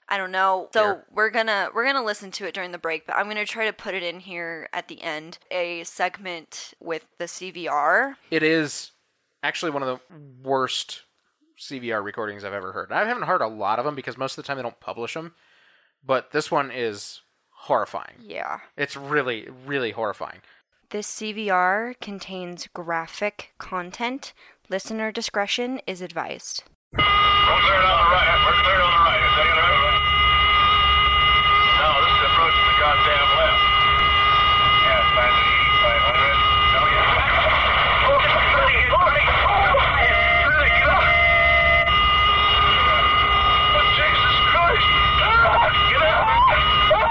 [SPEAKER 3] I don't know. So
[SPEAKER 2] Fair.
[SPEAKER 3] we're gonna we're gonna listen to it during the break, but I'm gonna try to put it in here at the end, a segment with the CVR.
[SPEAKER 2] It is actually one of the worst CVR recordings I've ever heard. I haven't heard a lot of them because most of the time they don't publish them, but this one is horrifying.
[SPEAKER 3] Yeah.
[SPEAKER 2] It's really, really horrifying.
[SPEAKER 5] This CVR contains graphic content. Listener discretion is advised.
[SPEAKER 6] We're cleared on the right. We're cleared on the right. Is that right? No, this is approaching the goddamn left. Yeah, it's fine Oh, to the 8500. No, yeah. Oh, it's 30, it's 40. Oh, it's 30, get out. Oh, Jesus Christ. Ah, get out. Ah, oh, God.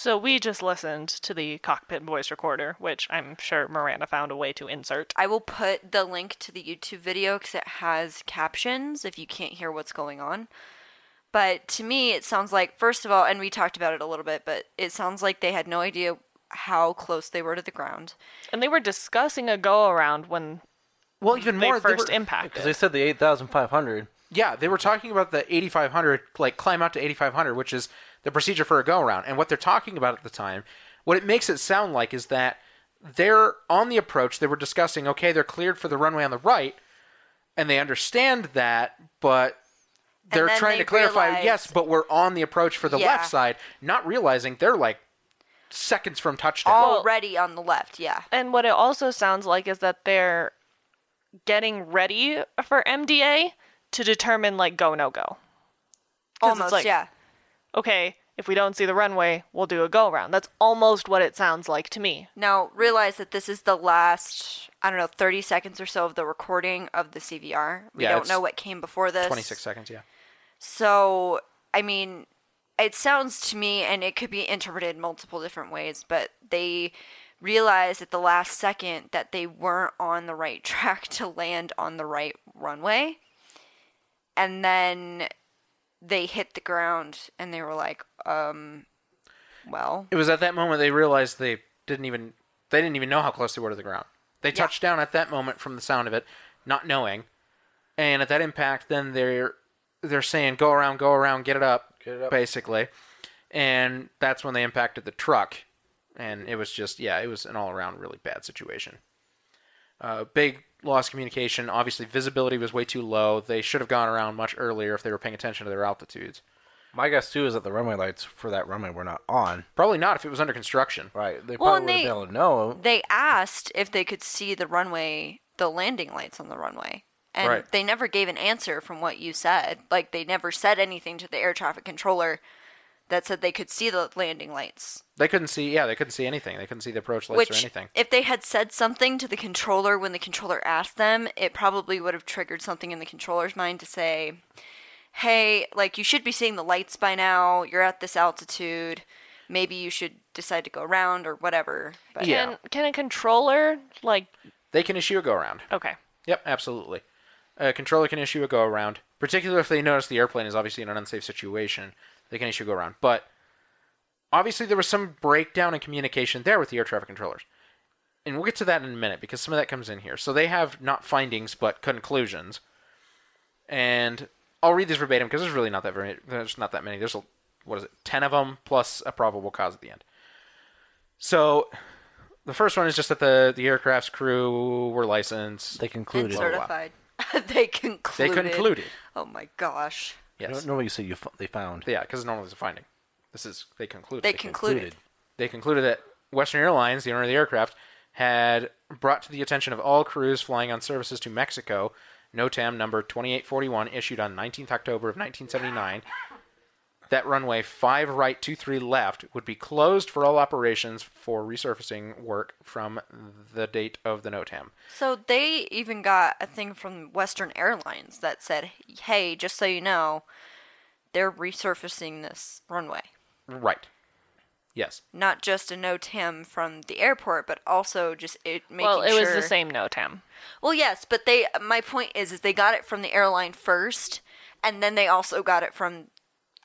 [SPEAKER 1] So we just listened to the cockpit voice recorder, which I'm sure Miranda found a way to insert.
[SPEAKER 3] I will put the link to the YouTube video because it has captions if you can't hear what's going on. But to me, it sounds like, first of all, and we talked about it a little bit, but it sounds like they had no idea how close they were to the ground.
[SPEAKER 1] And they were discussing a go around when
[SPEAKER 2] Well, even
[SPEAKER 1] they
[SPEAKER 2] more they
[SPEAKER 1] first
[SPEAKER 2] were-
[SPEAKER 1] impacted.
[SPEAKER 4] Because they said the eight thousand five hundred.
[SPEAKER 2] Yeah, they were talking about the 8500, like climb out to 8500, which is the procedure for a go around. And what they're talking about at the time, what it makes it sound like is that they're on the approach, they were discussing, okay, they're cleared for the runway on the right, and they understand that, but they're
[SPEAKER 3] then
[SPEAKER 2] trying
[SPEAKER 3] they
[SPEAKER 2] to clarify,
[SPEAKER 3] realize-
[SPEAKER 2] yes, but we're on the approach for the
[SPEAKER 3] Yeah.
[SPEAKER 2] left side, not realizing they're like seconds from touchdown.
[SPEAKER 3] Already on the left, yeah.
[SPEAKER 1] And what it also sounds like is that they're getting ready for MDA to determine like go no go. 'Cause it's
[SPEAKER 3] Almost,
[SPEAKER 1] like-
[SPEAKER 3] yeah.
[SPEAKER 1] Okay, if we don't see the runway, we'll do a go around. That's almost what it sounds like to me.
[SPEAKER 3] Now, realize that this is the last, I don't know, 30 seconds or so of the recording of the CVR. We
[SPEAKER 2] Yeah,
[SPEAKER 3] don't
[SPEAKER 2] it's
[SPEAKER 3] know what came before this.
[SPEAKER 2] 26 seconds, yeah.
[SPEAKER 3] So, I mean, it sounds to me, and it could be interpreted multiple different ways, but they realized at the last second that they weren't on the right track to land on the right runway. And then they hit the ground and they were like, um, well,
[SPEAKER 2] It was at that moment they realized they didn't even they didn't even know how close they were to the ground. They touched down at that moment from the sound of it, not knowing. And at that impact, then they're they're saying go around, go around, get it up, get
[SPEAKER 4] it up.
[SPEAKER 2] basically. And that's when they impacted the truck, and it was just yeah, it was an all around really bad situation. Uh, big loss communication. Obviously, visibility was way too low. They should have gone around much earlier if they were paying attention to their altitudes.
[SPEAKER 4] My guess too is that the runway lights for that runway were not on.
[SPEAKER 2] Probably not if it was under construction.
[SPEAKER 4] Right. They
[SPEAKER 3] Well,
[SPEAKER 4] probably would have
[SPEAKER 3] and
[SPEAKER 4] been able to know.
[SPEAKER 3] they asked if they could see the runway, the landing lights on the runway. And
[SPEAKER 2] Right.
[SPEAKER 3] they never gave an answer from what you said. Like, they never said anything to the air traffic controller that said they could see the landing lights.
[SPEAKER 2] They couldn't see. Yeah, they couldn't see anything. They couldn't see the approach lights
[SPEAKER 3] Which,
[SPEAKER 2] or anything.
[SPEAKER 3] if they had said something to the controller when the controller asked them, it probably would have triggered something in the controller's mind to say, hey, like, you should be seeing the lights by now. You're at this altitude. Maybe you should decide to go around or whatever. But
[SPEAKER 2] Yeah.
[SPEAKER 1] Can can a controller like
[SPEAKER 2] They can issue a go around.
[SPEAKER 1] okay.
[SPEAKER 2] Yep, absolutely. A controller can issue a go around, particularly if they notice the airplane is obviously in an unsafe situation. they can issue go around. But obviously, there was some breakdown in communication there with the air traffic controllers. And we'll get to that in a minute because some of that comes in here. So they have not findings, but conclusions. And I'll read these verbatim because there's really not that very, there's not that many. There's, a, what is it, 10 of them plus a probable cause at the end. So the first one is just that the, the aircraft's crew were licensed.
[SPEAKER 4] They concluded.
[SPEAKER 3] And certified. they
[SPEAKER 2] They
[SPEAKER 3] concluded.
[SPEAKER 2] concluded.
[SPEAKER 3] Oh my gosh.
[SPEAKER 2] Yes.
[SPEAKER 4] No- Normally you say you f- they found.
[SPEAKER 2] Yeah, because normally it's a finding. This is they concluded.
[SPEAKER 3] They
[SPEAKER 2] con-
[SPEAKER 3] concluded.
[SPEAKER 2] they concluded that Western Airlines, the owner of the aircraft, had brought to the attention of all crews flying on services to Mexico, NOTAM number 2841, issued on 19th October of 1979, that runway 5 right 23 left would be closed for all operations for resurfacing work from the date of the NOTAM.
[SPEAKER 3] So they even got a thing from Western Airlines that said, "Hey, just so you know, they're resurfacing this runway."
[SPEAKER 2] Right. Yes.
[SPEAKER 3] Not just a NOTAM from the airport, but also just it making
[SPEAKER 1] well, it was
[SPEAKER 3] sure-
[SPEAKER 1] the same NOTAM.
[SPEAKER 3] Well, yes, but they. My point is, is they got it from the airline first, and then they also got it from,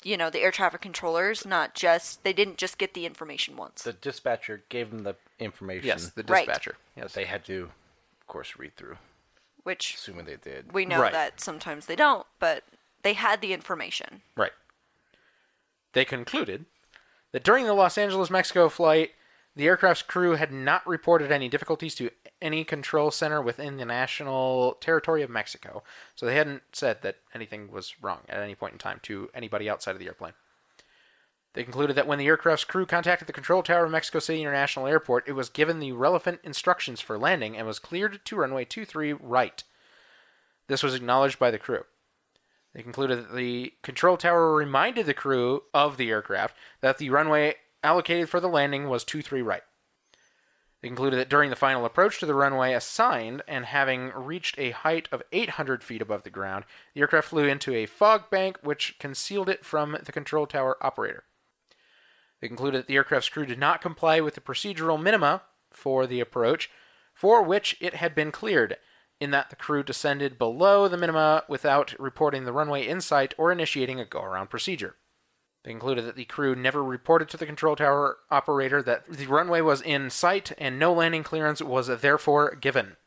[SPEAKER 3] you know, the air traffic controllers. Not just they didn't just get the information once.
[SPEAKER 4] The dispatcher gave them the information.
[SPEAKER 2] Yes, the
[SPEAKER 3] Right.
[SPEAKER 2] dispatcher.
[SPEAKER 4] that they had to, of course, read through.
[SPEAKER 3] which
[SPEAKER 4] Assuming they did.
[SPEAKER 3] we know
[SPEAKER 2] Right.
[SPEAKER 3] that sometimes they don't, but they had the information.
[SPEAKER 2] Right. They concluded that during the Los Angeles Mexico flight, the aircraft's crew had not reported any difficulties to any control center within the national territory of Mexico. So they hadn't said that anything was wrong at any point in time to anybody outside of the airplane. They concluded that when the aircraft's crew contacted the control tower of Mexico City International Airport, it was given the relevant instructions for landing and was cleared to runway 23 right. This was acknowledged by the crew. They concluded that the control tower reminded the crew of the aircraft that the runway allocated for the landing was 23 right. They concluded that during the final approach to the runway assigned and having reached a height of 800 feet above the ground, the aircraft flew into a fog bank which concealed it from the control tower operator. They concluded that the aircraft's crew did not comply with the procedural minima for the approach, for which it had been cleared, in that the crew descended below the minima without reporting the runway in sight or initiating a go around procedure. They concluded that the crew never reported to the control tower operator that the runway was in sight and no landing clearance was therefore given.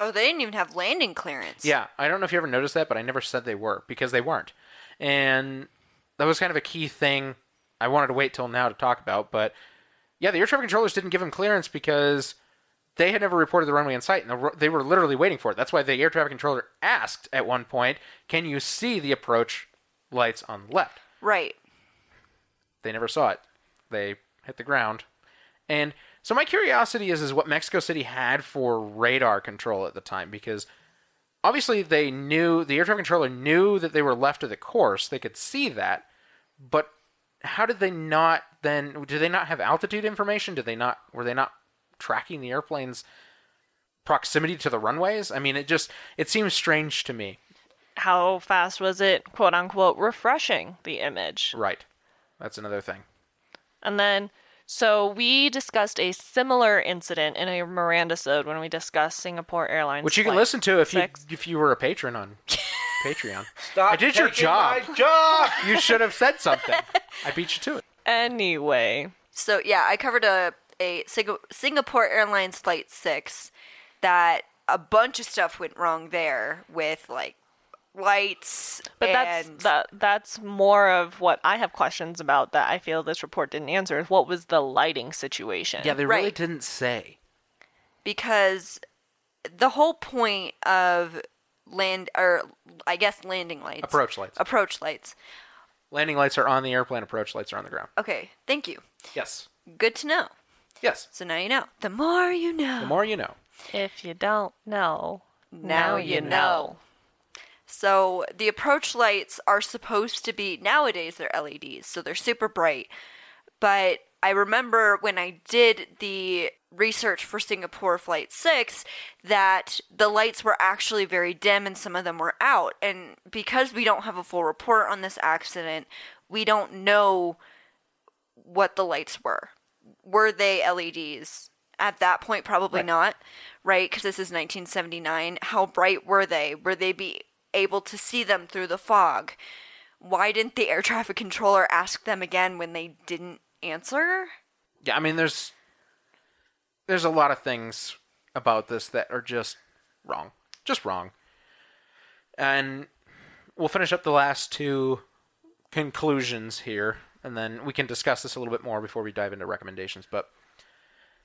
[SPEAKER 3] Oh, they didn't even have landing clearance.
[SPEAKER 2] Yeah, I don't know if you ever noticed that, but I never said they were because they weren't. And that was kind of a key thing I wanted to wait till now to talk about. But yeah, the air traffic controllers didn't give him clearance because they had never reported the runway in sight and the, ru- they were literally waiting for it. That's why the air traffic controller asked at one point, Can you see the approach lights on the left?
[SPEAKER 3] Right.
[SPEAKER 2] They never saw it. They hit the ground. And so my curiosity is is what Mexico City had for radar control at the time because obviously they knew the air traffic controller knew that they were left of the course. They could see that. But how did they not then do they not have altitude information? Did they not were they not tracking the airplane's proximity to the runways? I mean, it just it seems strange to me.
[SPEAKER 1] How fast was it, quote unquote, refreshing the image?
[SPEAKER 2] Right. That's another thing.
[SPEAKER 1] And then, so we discussed a similar incident in a Miranda episode when we discussed Singapore Airlines.
[SPEAKER 2] Which you can
[SPEAKER 1] Flight
[SPEAKER 2] listen to if you
[SPEAKER 1] six.
[SPEAKER 2] if you were a patron on Patreon.
[SPEAKER 4] Stop
[SPEAKER 2] I did your
[SPEAKER 4] taking
[SPEAKER 2] job.
[SPEAKER 4] my job!
[SPEAKER 2] You should have said something. I beat you to it.
[SPEAKER 1] Anyway,
[SPEAKER 3] So yeah, I covered a a Singa- Singapore Airlines flight six that a bunch of stuff went wrong there with like lights.
[SPEAKER 1] but
[SPEAKER 3] and-
[SPEAKER 1] that's that, that's more of what I have questions about that I feel this report didn't answer. Is what was the lighting situation?
[SPEAKER 2] they
[SPEAKER 3] really Right.
[SPEAKER 2] didn't say.
[SPEAKER 3] because the whole point of land or I guess landing lights
[SPEAKER 2] Approach lights.
[SPEAKER 3] approach lights.
[SPEAKER 2] Landing lights are on the airplane. Approach lights are on the ground.
[SPEAKER 3] Okay, thank you.
[SPEAKER 2] Yes.
[SPEAKER 3] Good to know.
[SPEAKER 2] Yes.
[SPEAKER 3] So now you know. The more you know.
[SPEAKER 2] The more you know.
[SPEAKER 1] If you don't know,
[SPEAKER 3] Now you know. So the approach lights are supposed to be nowadays they're LEDs, so they're super bright. But I remember when I did the research for Singapore Flight 6 that the lights were actually very dim and some of them were out. And because we don't have a full report on this accident, we don't know what the lights were. Were they LEDs? At that point, probably not, right? Because this is 1979. How bright were they? Were they be able to see them through the fog? why didn't the air traffic controller ask them again when they didn't answer?
[SPEAKER 2] Yeah, I mean, there's there's a lot of things about this that are just wrong, just wrong. And we'll finish up the last two conclusions here, and then we can discuss this a little bit more before we dive into recommendations. But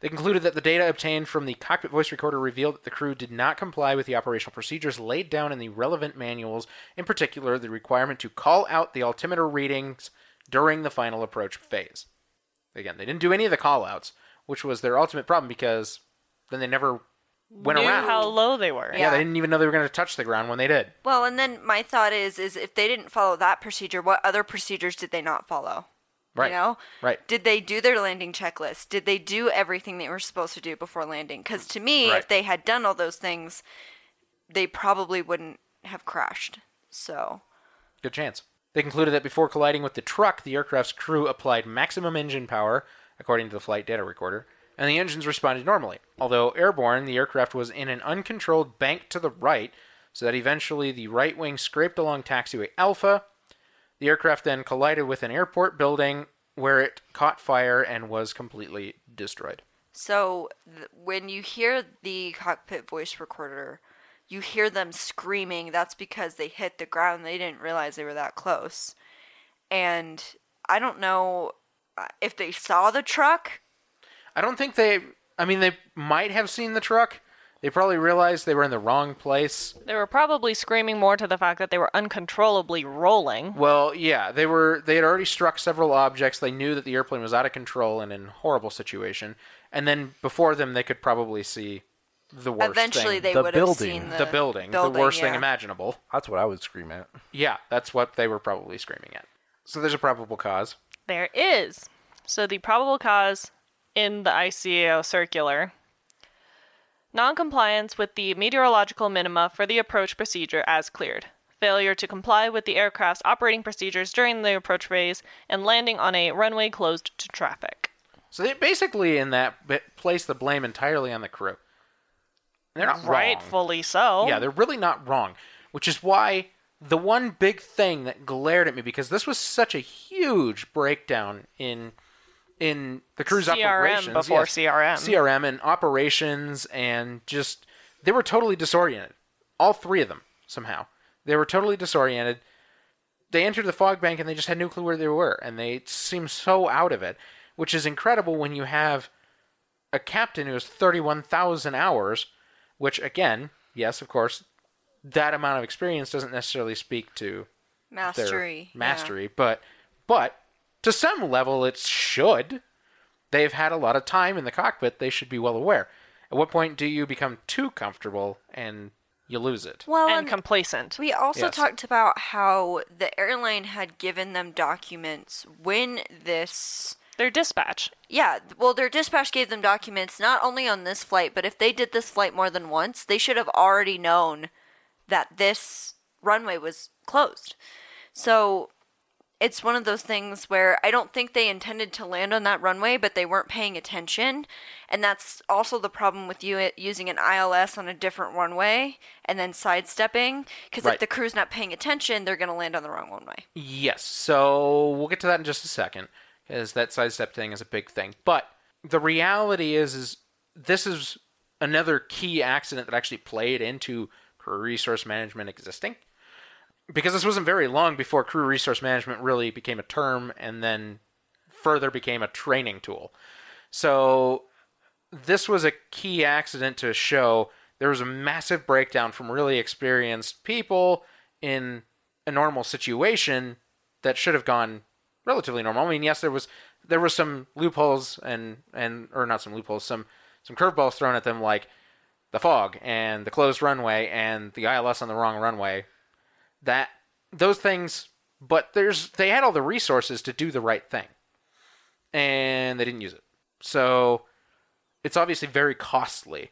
[SPEAKER 2] they concluded that the data obtained from the cockpit voice recorder revealed that the crew did not comply with the operational procedures laid down in the relevant manuals, in particular, the requirement to call out the altimeter readings during the final approach phase. Again, they didn't do any of the call outs, which was their ultimate problem because then they never went
[SPEAKER 1] Knew
[SPEAKER 2] around.
[SPEAKER 1] how low they were.
[SPEAKER 2] yeah, they didn't even know they were going to touch the ground when they did.
[SPEAKER 3] Well, and then my thought is is if they didn't follow that procedure, what other procedures did they not follow?
[SPEAKER 2] Right.
[SPEAKER 3] You know?
[SPEAKER 2] Right.
[SPEAKER 3] Did they do their landing checklist? Did they do everything they were supposed to do before landing? Cuz to me,
[SPEAKER 2] Right.
[SPEAKER 3] if they had done all those things, they probably wouldn't have crashed. So,
[SPEAKER 2] Good chance. They concluded that before colliding with the truck, the aircraft's crew applied maximum engine power, according to the flight data recorder, and the engines responded normally. Although airborne, the aircraft was in an uncontrolled bank to the right, so that eventually the right wing scraped along taxiway Alpha. The aircraft then collided with an airport building where it caught fire and was completely destroyed.
[SPEAKER 3] so th- when you hear the cockpit voice recorder, you hear them screaming. That's because they hit the ground. They didn't realize they were that close. And I don't know uh, if they saw the truck
[SPEAKER 2] I don't think they. I mean, they might have seen the truck. They probably realized they were in the wrong place.
[SPEAKER 1] They were probably screaming more to the fact that they were uncontrollably rolling.
[SPEAKER 2] Well, yeah, they were. They had already struck several objects. They knew that the airplane was out of control and in horrible situation. And then before them, they could probably see the worst thing.
[SPEAKER 3] Eventually, they
[SPEAKER 4] The
[SPEAKER 3] would have
[SPEAKER 4] building.
[SPEAKER 3] seen the,
[SPEAKER 2] the, building, the worst thing imaginable.
[SPEAKER 4] That's what I would scream at.
[SPEAKER 2] Yeah, that's what they were probably screaming at. So there's a probable cause.
[SPEAKER 1] There is. So the probable cause in the ICAO circular noncompliance with the meteorological minima for the approach procedure as cleared. Failure to comply with the aircraft's operating procedures during the approach phase and landing on a runway closed to traffic.
[SPEAKER 2] So they basically, in that, bit, place the blame entirely on the crew. And they're not wrong.
[SPEAKER 1] Rightfully so.
[SPEAKER 2] Yeah, they're really not wrong, which is why the one big thing that glared at me because this was such a huge breakdown in in the crew's
[SPEAKER 1] CRM
[SPEAKER 2] operations
[SPEAKER 1] before
[SPEAKER 2] yes.
[SPEAKER 1] CRM.
[SPEAKER 2] CRM and operations and just they were totally disoriented. All three of them somehow. They were totally disoriented. They entered the fog bank and they just had no clue where they were and they seemed so out of it, which is incredible when you have a captain who has 31,000 hours, which again, yes, of course, that amount of experience doesn't necessarily speak to their
[SPEAKER 3] mastery. yeah.
[SPEAKER 2] mastery, but but to some level it should. They've had a lot of time in the cockpit, they should be well aware. At what point do you become too comfortable and you lose it?
[SPEAKER 3] Well,
[SPEAKER 1] and
[SPEAKER 3] and
[SPEAKER 1] complacent.
[SPEAKER 3] we also
[SPEAKER 2] Yes.
[SPEAKER 3] talked about how the airline had given them documents when this.
[SPEAKER 1] Their dispatch.
[SPEAKER 3] Yeah, well, their dispatch gave them documents not only on this flight, but if they did this flight more than once, they should have already known that this runway was closed. So it's one of those things where I don't think they intended to land on that runway, but they weren't paying attention. And that's also the problem with you uh, using an ILS on a different runway and then sidestepping. Because
[SPEAKER 2] Right.
[SPEAKER 3] if the crew's not paying attention, they're going to land on the wrong runway.
[SPEAKER 2] Yes, so we'll get to that in just a second, because that sidestep thing is a big thing. But the reality is, is this is another key accident that actually played into crew resource management existing, because this wasn't very long before crew resource management really became a term, and then further became a training tool. So this was a key accident to show there was a massive breakdown from really experienced people in a normal situation that should have gone relatively normal. I mean, yes, there was there was some loopholes and and or not some loopholes, some some curveballs thrown at them like the fog and the closed runway and the ILS on the wrong runway. That those things, but there's they had all the resources to do the right thing, and they didn't use it. So it's obviously very costly.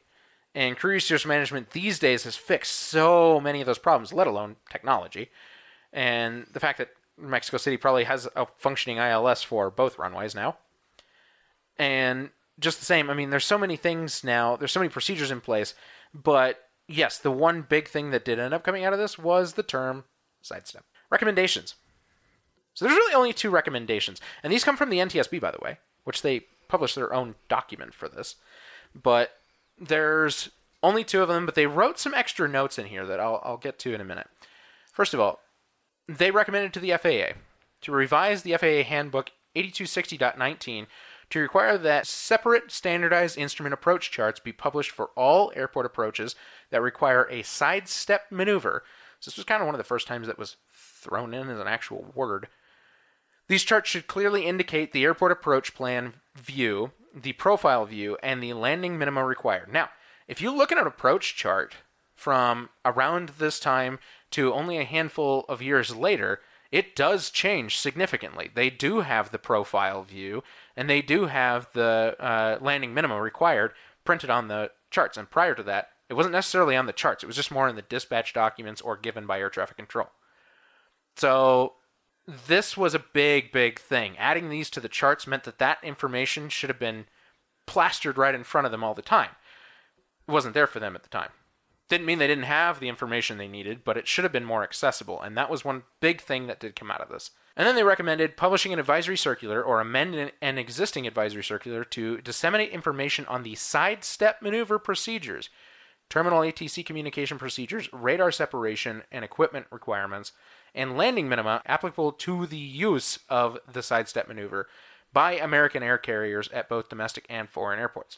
[SPEAKER 2] And career resource management these days has fixed so many of those problems, let alone technology. And the fact that Mexico City probably has a functioning ILS for both runways now. And just the same, I mean, there's so many things now, there's so many procedures in place. But yes, the one big thing that did end up coming out of this was the term sidestep. Recommendations. So there's really only two recommendations, and these come from the NTSB, by the way, which they publish their own document for this. But there's only two of them, but they wrote some extra notes in here that I'll, I'll get to in a minute. First of all, they recommended to the FAA to revise the FAA Handbook 8260.19 to require that separate standardized instrument approach charts be published for all airport approaches that require a sidestep maneuver. So this was kind of one of the first times that was thrown in as an actual word. These charts should clearly indicate the airport approach plan view, the profile view, and the landing minima required. Now, if you look at an approach chart from around this time to only a handful of years later, it does change significantly. They do have the profile view and they do have the uh, landing minima required printed on the charts. And prior to that, it wasn't necessarily on the charts, it was just more in the dispatch documents or given by air traffic control. So this was a big, big thing. Adding these to the charts meant that that information should have been plastered right in front of them all the time. It wasn't there for them at the time. Didn't mean they didn't have the information they needed, but it should have been more accessible, and that was one big thing that did come out of this. And then they recommended publishing an advisory circular or amend an- an existing advisory circular to disseminate information on the sidestep maneuver procedures, terminal ATC communication procedures, radar separation and equipment requirements, and landing minima applicable to the use of the sidestep maneuver by American air carriers at both domestic and foreign airports.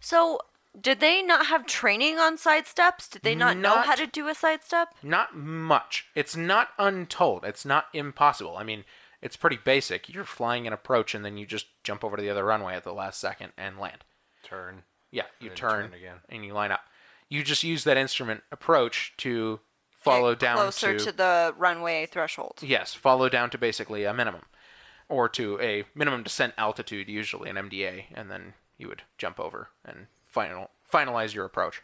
[SPEAKER 3] So, did they not have training on side steps? Did they not, know
[SPEAKER 2] Not-
[SPEAKER 3] how to do a side step?
[SPEAKER 2] Not much. It's not untold. It's not impossible. I mean, it's pretty basic. You're flying an approach and then you just jump over to the other runway at the last second and land.
[SPEAKER 4] Turn.
[SPEAKER 2] Yeah, you
[SPEAKER 4] then
[SPEAKER 2] turn,
[SPEAKER 4] turn again.
[SPEAKER 2] and you line up. You just use that instrument approach to follow
[SPEAKER 3] Get
[SPEAKER 2] down
[SPEAKER 3] closer to the runway threshold.
[SPEAKER 2] Yes, follow down to basically a minimum or to a minimum descent altitude, usually an MDA, and then you would jump over and final finalize your approach.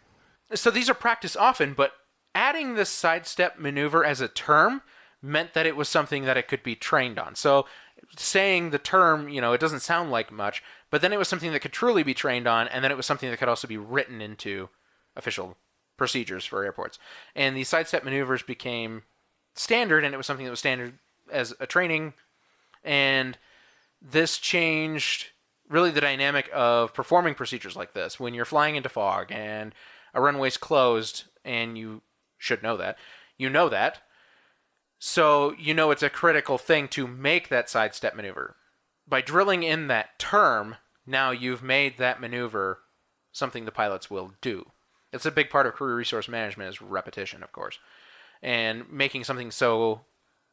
[SPEAKER 2] So these are practiced often, but adding this sidestep maneuver as a term meant that it was something that it could be trained on. So saying the term, you know, it doesn't sound like much, but then it was something that could truly be trained on, and then it was something that could also be written into official procedures for airports. And these sidestep maneuvers became standard and it was something that was standard as a training and this changed really the dynamic of performing procedures like this when you're flying into fog and a runway's closed and you should know that you know that so you know it's a critical thing to make that sidestep maneuver by drilling in that term now you've made that maneuver something the pilots will do it's a big part of career resource management is repetition of course and making something so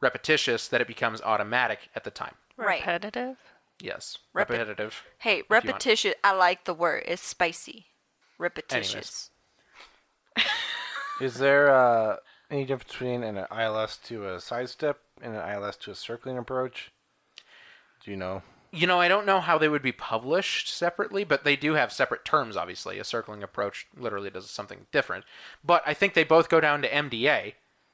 [SPEAKER 2] repetitious that it becomes automatic at the time.
[SPEAKER 3] Right.
[SPEAKER 1] Repetitive.
[SPEAKER 2] Yes,
[SPEAKER 3] Repe-
[SPEAKER 2] repetitive.
[SPEAKER 3] Hey,
[SPEAKER 2] want.
[SPEAKER 3] repetition. I like the word. It's spicy. Repetitious.
[SPEAKER 4] Is there uh, any difference between an ILS to a sidestep and an ILS to a circling approach? Do you know?
[SPEAKER 2] You know, I don't know how they would be published separately, but they do have separate terms, obviously. A circling approach literally does something different. But I think they both go down to MDA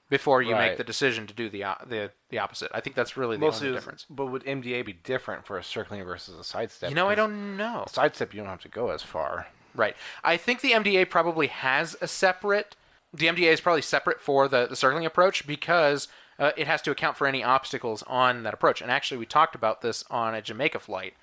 [SPEAKER 2] before you make
[SPEAKER 4] Right.
[SPEAKER 2] the decision to do the, o- the the opposite. I think that's really the only
[SPEAKER 4] it's-
[SPEAKER 2] difference.
[SPEAKER 4] But would MDA be different for a circling versus a sidestep?
[SPEAKER 2] You know, I
[SPEAKER 4] 'Cause
[SPEAKER 2] don't know.
[SPEAKER 4] a sidestep. You don't have to go as far.
[SPEAKER 2] Right. I think the MDA probably has a separate. The MDA is probably separate for the, the circling approach because uh, it has to account for any obstacles on that approach. And actually, we talked about this on a Jamaica flight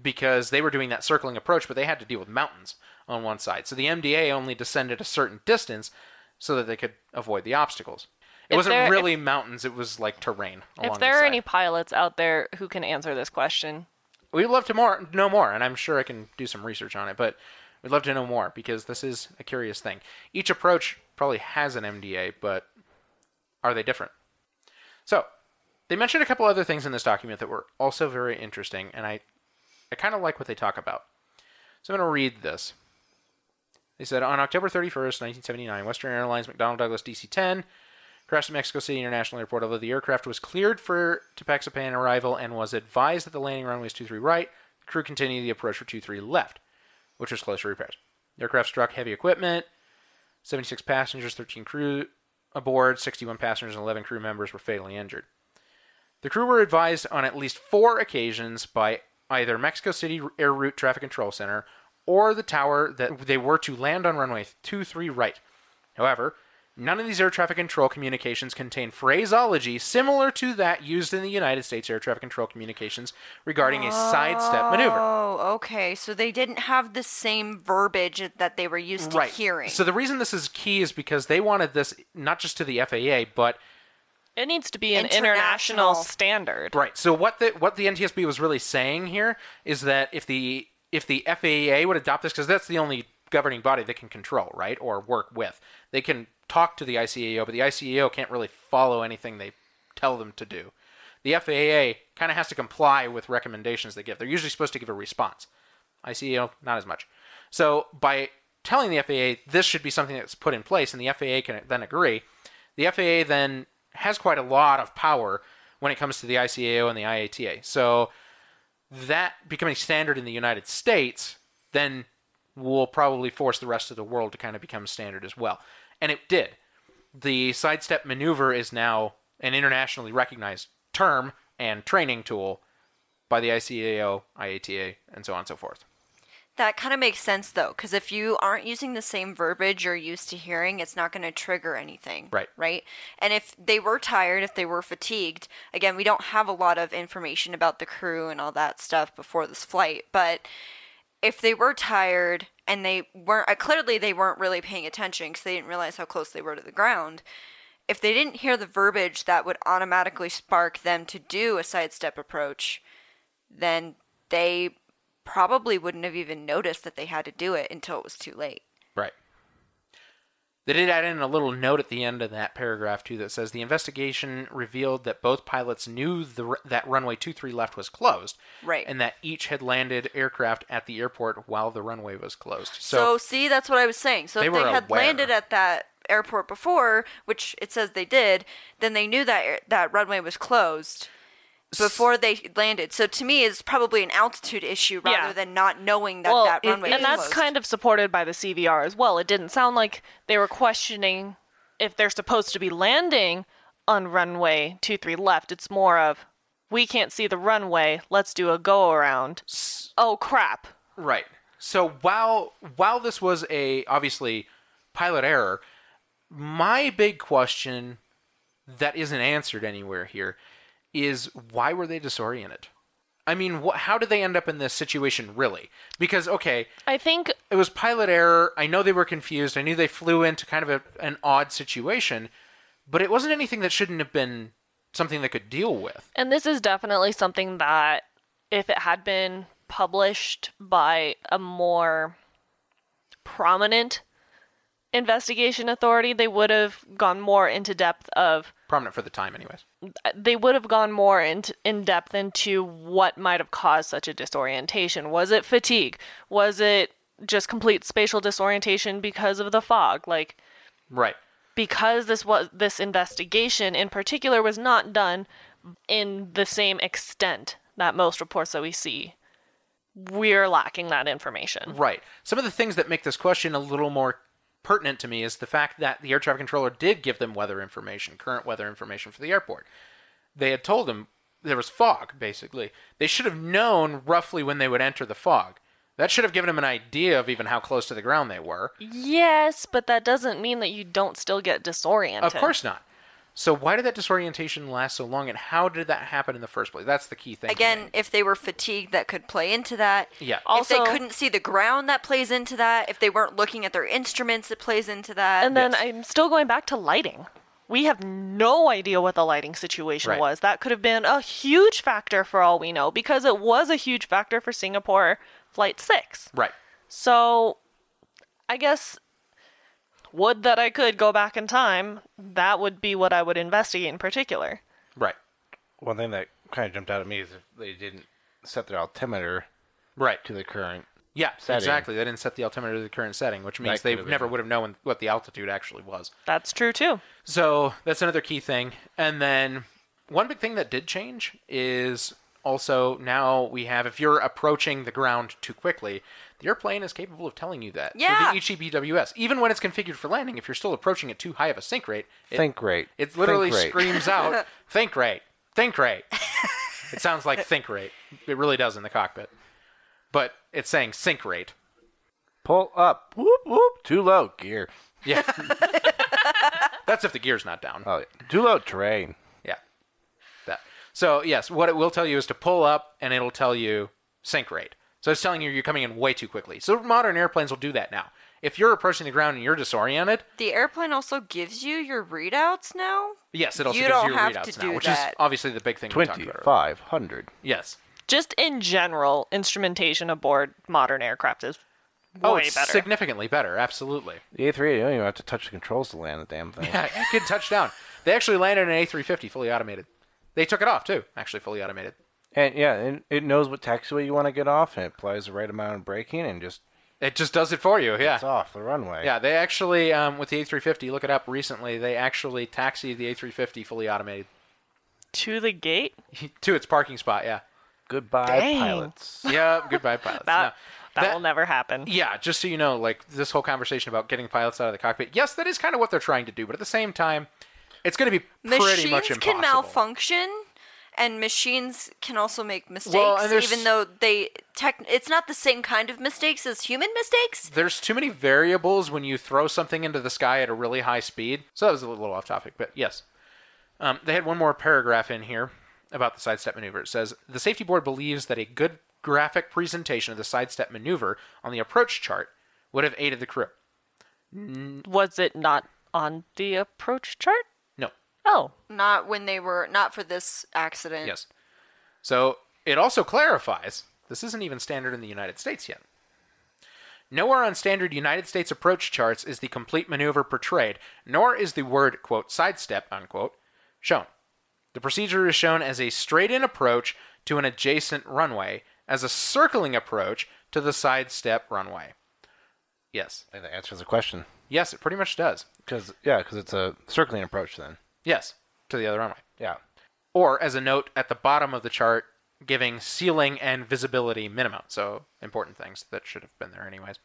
[SPEAKER 2] because they were doing that circling approach, but they had to deal with mountains on one side. So the MDA only descended a certain distance so that they could avoid the obstacles. It
[SPEAKER 1] If
[SPEAKER 2] wasn't
[SPEAKER 1] there-
[SPEAKER 2] really mountains, it was like terrain. Along
[SPEAKER 1] If
[SPEAKER 2] the
[SPEAKER 1] there are
[SPEAKER 2] side.
[SPEAKER 1] any pilots out there who can answer this question,
[SPEAKER 2] we'd love to more know more and i'm sure i can do some research on it but we'd love to know more because this is a curious thing each approach probably has an mda but are they different so they mentioned a couple other things in this document that were also very interesting and i i kind of like what they talk about so i'm going to read this they said on october 31st 1979 western airlines mcdonnell douglas dc-10 crashed at Mexico City International Airport, although the aircraft was cleared for Tepexapan arrival and was advised that the landing runway was 23 right, the crew continued the approach for 23 left, which was close to repairs. The aircraft struck heavy equipment, 76 passengers, 13 crew aboard, 61 passengers, and 11 crew members were fatally injured. The crew were advised on at least four occasions by either Mexico City Air Route Traffic Control Center or the tower that they were to land on runway 23 right. However, None of these air traffic control communications contain phraseology similar to that used in the United States air traffic control communications regarding a sidestep maneuver.
[SPEAKER 3] Oh, okay. So they didn't have the same verbiage that they were used to hearing.
[SPEAKER 2] So the reason this is key is because they wanted this not just to the FAA, but
[SPEAKER 1] It needs to be an
[SPEAKER 3] International.
[SPEAKER 1] international standard.
[SPEAKER 2] Right. So what the what the NTSB was really saying here is that if the if the FAA would adopt this, because that's the only governing body they can control, right, or work with, they can talk to the ICAO, but the ICAO can't really follow anything they tell them to do. The FAA kind of has to comply with recommendations they give. They're usually supposed to give a response. ICAO, not as much. So by telling the FAA this should be something that's put in place, and the FAA can then agree, the FAA then has quite a lot of power when it comes to the ICAO and the IATA. So that becoming standard in the United States then will probably force the rest of the world to kind of become standard as well. And it did. The sidestep maneuver is now an internationally recognized term and training tool by the ICAO, IATA, and so on and so forth.
[SPEAKER 3] that kind of makes sense, though, because if you aren't using the same verbiage you're used to hearing, it's not going to trigger anything.
[SPEAKER 2] Right.
[SPEAKER 3] Right. And if they were tired, if they were fatigued, again, we don't have a lot of information about the crew and all that stuff before this flight, but if they were tired and they weren't, uh, clearly they weren't really paying attention because they didn't realize how close they were to the ground. if they didn't hear the verbiage that would automatically spark them to do a sidestep approach, then they probably wouldn't have even noticed that they had to do it until it was too late.
[SPEAKER 2] Right. They did add in a little note at the end of that paragraph too that says the investigation revealed that both pilots knew the, ru- that runway 23 left was closed,
[SPEAKER 3] Right.
[SPEAKER 2] and that each had landed aircraft at the airport while the runway was closed.
[SPEAKER 3] So,
[SPEAKER 2] So,
[SPEAKER 3] see, that's what I was saying. So
[SPEAKER 2] They
[SPEAKER 3] if
[SPEAKER 2] were
[SPEAKER 3] they had
[SPEAKER 2] aware.
[SPEAKER 3] landed at that airport before, which it says they did, then they knew that air- that runway was closed before they landed. So to me, it's probably an altitude issue rather
[SPEAKER 1] Yeah.
[SPEAKER 3] than not knowing that
[SPEAKER 1] well,
[SPEAKER 3] that runway was
[SPEAKER 1] and that's
[SPEAKER 3] closed.
[SPEAKER 1] kind of supported by the CVR as well. It didn't sound like they were questioning if they're supposed to be landing on runway 23 left. It's more of we can't see the runway. Let's do a go around. Oh crap.
[SPEAKER 2] right. So while while this was a obviously pilot error, my big question that isn't answered anywhere here is why were they disoriented? I mean, wh- how did they end up in this situation really? Because okay,
[SPEAKER 1] I think
[SPEAKER 2] it was pilot error. I know they were confused. I knew they flew into kind of a, an odd situation, but it wasn't anything that shouldn't have been something they could deal with.
[SPEAKER 1] And this is definitely something that, if it had been published by a more prominent investigation authority, they would have gone more into depth of
[SPEAKER 2] Prominent for the time, anyways.
[SPEAKER 1] they would have gone more into in depth into what might have caused such a disorientation. Was it fatigue? Was it just complete spatial disorientation because of the fog? Like
[SPEAKER 2] Right.
[SPEAKER 1] because this was this investigation in particular was not done in the same extent that most reports that we see we're lacking that information
[SPEAKER 2] Right. Some of the things that make this question a little more pertinent to me is the fact that the air traffic controller did give them weather information, current weather information for the airport. They had told them there was fog, basically. They should have known roughly when they would enter the fog. That should have given them an idea of even how close to the ground they were.
[SPEAKER 1] yes but that doesn't mean that you don't still get disoriented
[SPEAKER 2] Of course not. So why did that disorientation last so long, and how did that happen in the first place? That's the key thing. to
[SPEAKER 3] again
[SPEAKER 2] me.
[SPEAKER 3] if they were fatigued that could play into that
[SPEAKER 2] Yeah.
[SPEAKER 1] Also-
[SPEAKER 3] if they couldn't see the ground that plays into that if they weren't looking at their instruments it plays into that
[SPEAKER 1] and then i'm still going back to lighting we have no idea what the lighting situation
[SPEAKER 2] Right.
[SPEAKER 1] was that could have been a huge factor for all we know because it was a huge factor for singapore flight 6
[SPEAKER 2] right.
[SPEAKER 1] So, I guess would that I could go back in time. That would be what I would investigate in particular.
[SPEAKER 2] Right.
[SPEAKER 4] One thing that kind of jumped out at me is if they didn't set their altimeter
[SPEAKER 2] Right.
[SPEAKER 4] to the current.
[SPEAKER 2] Yeah,
[SPEAKER 4] Setting.
[SPEAKER 2] exactly. They didn't set the altimeter to the current setting, which means
[SPEAKER 4] That
[SPEAKER 2] they
[SPEAKER 4] could have been
[SPEAKER 2] never
[SPEAKER 4] it.
[SPEAKER 2] would have known what the altitude actually was.
[SPEAKER 1] That's true too.
[SPEAKER 2] So that's another key thing. And then one big thing that did change is also now we have if you're approaching the ground too quickly, the airplane is capable of telling you that.
[SPEAKER 3] Yeah.
[SPEAKER 2] For the E HEBWS, even when it's configured for landing, if you're still approaching at too high of a sink rate, it,
[SPEAKER 4] think rate.
[SPEAKER 2] It literally
[SPEAKER 4] Think rate.
[SPEAKER 2] screams out, "Think rate, think rate." it sounds like think rate. It really does in the cockpit, but it's saying sink rate.
[SPEAKER 4] Pull up. Whoop whoop. Too low gear.
[SPEAKER 2] Yeah. That's if the gear's not down.
[SPEAKER 4] Oh, yeah. too low terrain.
[SPEAKER 2] Yeah. That. So, yes, what it will tell you is to pull up and it'll tell you sink rate. So it's telling you you're coming in way too quickly. So modern airplanes will do that now. If you're approaching the ground and you're disoriented,
[SPEAKER 3] The airplane also gives you your readouts now.
[SPEAKER 2] yes, it also
[SPEAKER 3] You
[SPEAKER 2] gives
[SPEAKER 3] don't
[SPEAKER 2] you
[SPEAKER 3] have
[SPEAKER 2] readouts
[SPEAKER 3] to
[SPEAKER 2] now,
[SPEAKER 3] do
[SPEAKER 2] which is
[SPEAKER 3] that.
[SPEAKER 2] obviously the big thing we talked
[SPEAKER 4] Twenty
[SPEAKER 2] about. earlier.
[SPEAKER 4] five hundred.
[SPEAKER 2] Yes.
[SPEAKER 1] Just in general, instrumentation aboard modern aircraft is way
[SPEAKER 2] oh, it's
[SPEAKER 1] better.
[SPEAKER 2] significantly better. Absolutely.
[SPEAKER 4] The A three eighty. You don't even have to touch the controls to land the damn thing.
[SPEAKER 2] Yeah, it could touch down. They actually landed an A350 fully automated. They took it off too, actually fully automated.
[SPEAKER 4] And yeah, and it knows what taxiway you want to get off, and it applies the right amount of braking, and just
[SPEAKER 2] It just does it for you. Yeah.
[SPEAKER 4] it's off the runway.
[SPEAKER 2] Yeah, they actually, um, with the A350, look it up recently, they actually taxied the A350 fully automated
[SPEAKER 1] to the gate?
[SPEAKER 2] to its parking spot, yeah.
[SPEAKER 4] Goodbye,
[SPEAKER 1] Dang.
[SPEAKER 4] pilots.
[SPEAKER 2] Yeah, goodbye, pilots.
[SPEAKER 1] That,
[SPEAKER 2] No.
[SPEAKER 1] that, will never happen.
[SPEAKER 2] Yeah, just so you know, like this whole conversation about getting pilots out of the cockpit, yes, that is kind of what they're trying to do, but at the same time, it's going to be pretty
[SPEAKER 3] Machines
[SPEAKER 2] much impossible.
[SPEAKER 3] can malfunction, and machines can also make mistakes.
[SPEAKER 2] and there's-
[SPEAKER 3] even though they tech, it's not the same kind of mistakes as human mistakes.
[SPEAKER 2] There's too many variables when you throw something into the sky at a really high speed. So that was a little off topic, but yes. Um, they had one more paragraph in here about the sidestep maneuver. It says the safety board believes that a good graphic presentation of the sidestep maneuver on the approach chart would have aided the crew.
[SPEAKER 1] Was it not on the approach chart?
[SPEAKER 2] No,
[SPEAKER 1] Oh,
[SPEAKER 3] Not when they were not for this accident.
[SPEAKER 2] Yes. So it also clarifies this isn't even standard in the United States yet. Nowhere on standard United States approach charts is the complete maneuver portrayed, nor is the word, quote, sidestep, unquote, shown. The procedure is shown as a straight in approach to an adjacent runway, as a circling approach to the sidestep runway. Yes.
[SPEAKER 4] And that answers the question.
[SPEAKER 2] Yes, it pretty much does.
[SPEAKER 4] Because yeah, because it's a circling approach then.
[SPEAKER 2] Yes, to the other runway.
[SPEAKER 4] Yeah.
[SPEAKER 2] or as a note at the bottom of the chart giving ceiling and visibility minimum. So important things that should have been there anyways.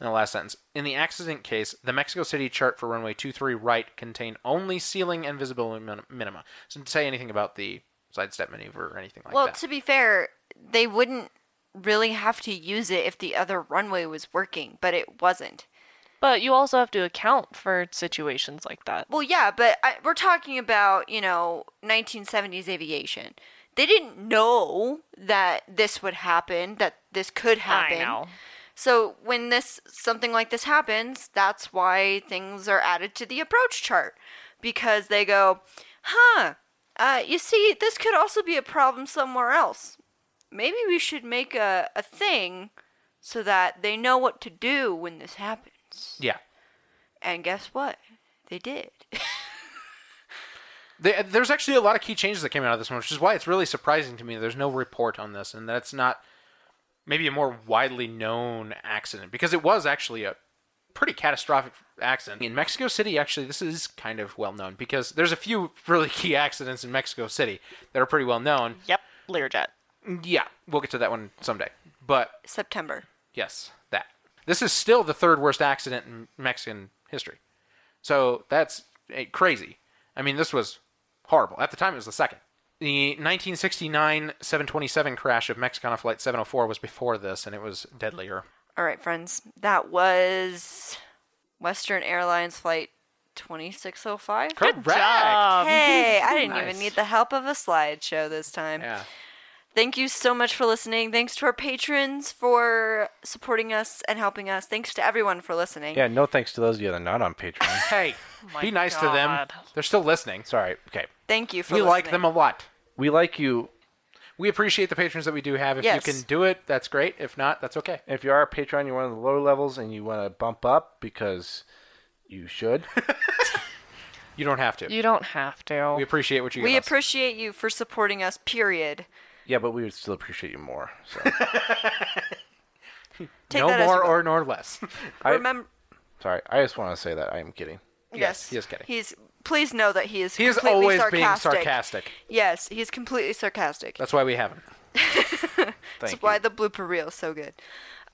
[SPEAKER 2] In the last sentence, in the accident case, the Mexico City chart for runway 23 right contained only ceiling and visibility min- minima. So didn't say anything about the sidestep maneuver or anything like
[SPEAKER 3] Well,
[SPEAKER 2] that.
[SPEAKER 3] to be fair, they wouldn't really have to use it if the other runway was working, but it wasn't.
[SPEAKER 1] but you also have to account for situations like that.
[SPEAKER 3] Well, yeah, but I, we're talking about, you know, 1970s aviation. They didn't know that this would happen, that this could happen.
[SPEAKER 1] I know.
[SPEAKER 3] So when this something like this happens, that's why things are added to the approach chart because they go, "Huh, uh, you see, this could also be a problem somewhere else. Maybe we should make a, a thing so that they know what to do when this happens."
[SPEAKER 2] yeah.
[SPEAKER 3] And guess what? They did.
[SPEAKER 2] There- There's actually a lot of key changes that came out of this one, which is why it's really surprising to me. that There's no report on this, and that's not maybe a more widely known accident because it was actually a pretty catastrophic accident in Mexico City. Actually, this is kind of well known because there's a few really key accidents in Mexico City that are pretty well known.
[SPEAKER 1] Yep, Learjet.
[SPEAKER 2] Yeah, we'll get to that one someday. But
[SPEAKER 3] September.
[SPEAKER 2] yes, that this is still the third worst accident in Mexican history. So that's eh, crazy. I mean, this was horrible. At the time, it was the second. The 1969 727 crash of Mexicana Flight 704 was before this, and it was deadlier.
[SPEAKER 3] All right, friends. That was Western Airlines flight 2605.
[SPEAKER 2] Correct.
[SPEAKER 3] Hey, I didn't
[SPEAKER 2] Nice.
[SPEAKER 3] even need the help of a slideshow this time.
[SPEAKER 2] Yeah.
[SPEAKER 3] Thank you so much for listening. Thanks to our patrons for supporting us and helping us. Thanks to everyone for listening.
[SPEAKER 4] Yeah. No thanks to those of you that are not on Patreon.
[SPEAKER 2] Hey, be nice to them.
[SPEAKER 1] God.
[SPEAKER 2] They're still listening.
[SPEAKER 4] Sorry. Okay.
[SPEAKER 3] Thank you for
[SPEAKER 2] We
[SPEAKER 3] listening.
[SPEAKER 2] like them a lot.
[SPEAKER 4] We like you.
[SPEAKER 2] We appreciate the patrons that we do have. If
[SPEAKER 3] Yes.
[SPEAKER 2] you can do it, that's great. If not, that's okay.
[SPEAKER 4] If you are a Patreon, you're one of the lower levels, and you want to bump up because you should.
[SPEAKER 2] You don't have to.
[SPEAKER 1] You don't have to.
[SPEAKER 2] We appreciate what you
[SPEAKER 3] We
[SPEAKER 2] give us.
[SPEAKER 3] appreciate you for supporting us, period.
[SPEAKER 4] yeah, but we would still appreciate you more. So.
[SPEAKER 3] Take
[SPEAKER 2] no
[SPEAKER 3] that as
[SPEAKER 2] more
[SPEAKER 3] a-
[SPEAKER 2] or nor less.
[SPEAKER 4] I-
[SPEAKER 3] Remember.
[SPEAKER 4] Sorry. I just want to say that I am kidding.
[SPEAKER 2] Yes, he is kidding.
[SPEAKER 3] He's. Please know that he is.
[SPEAKER 2] He is
[SPEAKER 3] completely
[SPEAKER 2] always being
[SPEAKER 3] sarcastic.
[SPEAKER 2] sarcastic.
[SPEAKER 3] Yes, he's completely sarcastic.
[SPEAKER 2] That's why we have him.
[SPEAKER 4] Thank
[SPEAKER 3] That's
[SPEAKER 4] you.
[SPEAKER 3] why the blooper reel is so good.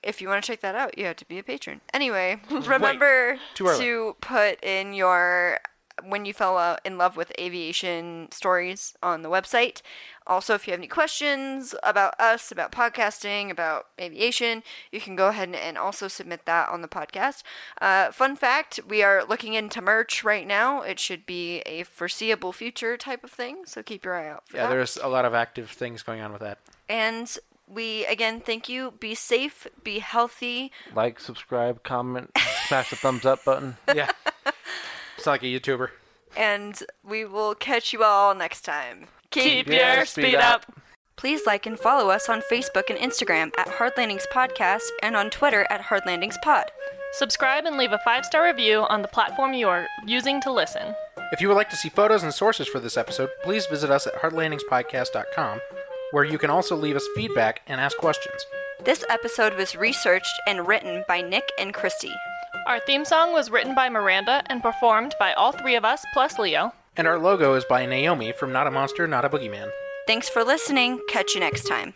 [SPEAKER 3] If you want to check that out, you have to be a patron. Anyway, remember
[SPEAKER 2] Too early.
[SPEAKER 3] to put in your when you fell out in love with aviation stories on the website. Also, if you have any questions about us, about podcasting, about aviation, you can go ahead and, and also submit that on the podcast. Uh, fun fact we are looking into merch right now. It should be a foreseeable future type of thing, so keep your eye out for
[SPEAKER 2] Yeah,
[SPEAKER 3] that.
[SPEAKER 2] there's a lot of active things going on with that.
[SPEAKER 3] And we, again, thank you. Be safe, be healthy.
[SPEAKER 4] Like, subscribe, comment, smash the thumbs up button.
[SPEAKER 2] Yeah. it's like a YouTuber.
[SPEAKER 3] and we will catch you all next time.
[SPEAKER 1] Keep
[SPEAKER 4] Yeah,
[SPEAKER 1] your
[SPEAKER 4] speed
[SPEAKER 1] speed
[SPEAKER 4] up.
[SPEAKER 1] up.
[SPEAKER 5] Please like and follow us on Facebook and Instagram at Hard Landings Podcast and on Twitter at Hard Landings Pod.
[SPEAKER 1] Subscribe and leave a five star review on the platform you are using to listen.
[SPEAKER 2] If you would like to see photos and sources for this episode, please visit us at heartlandingspodcast.com, where you can also leave us feedback and ask questions.
[SPEAKER 5] This episode was researched and written by Nick and Christy.
[SPEAKER 1] Our theme song was written by Miranda and performed by all three of us plus Leo.
[SPEAKER 2] And our logo is by Naomi from Not a Monster, Not a Boogeyman.
[SPEAKER 5] Thanks for listening. Catch you next time.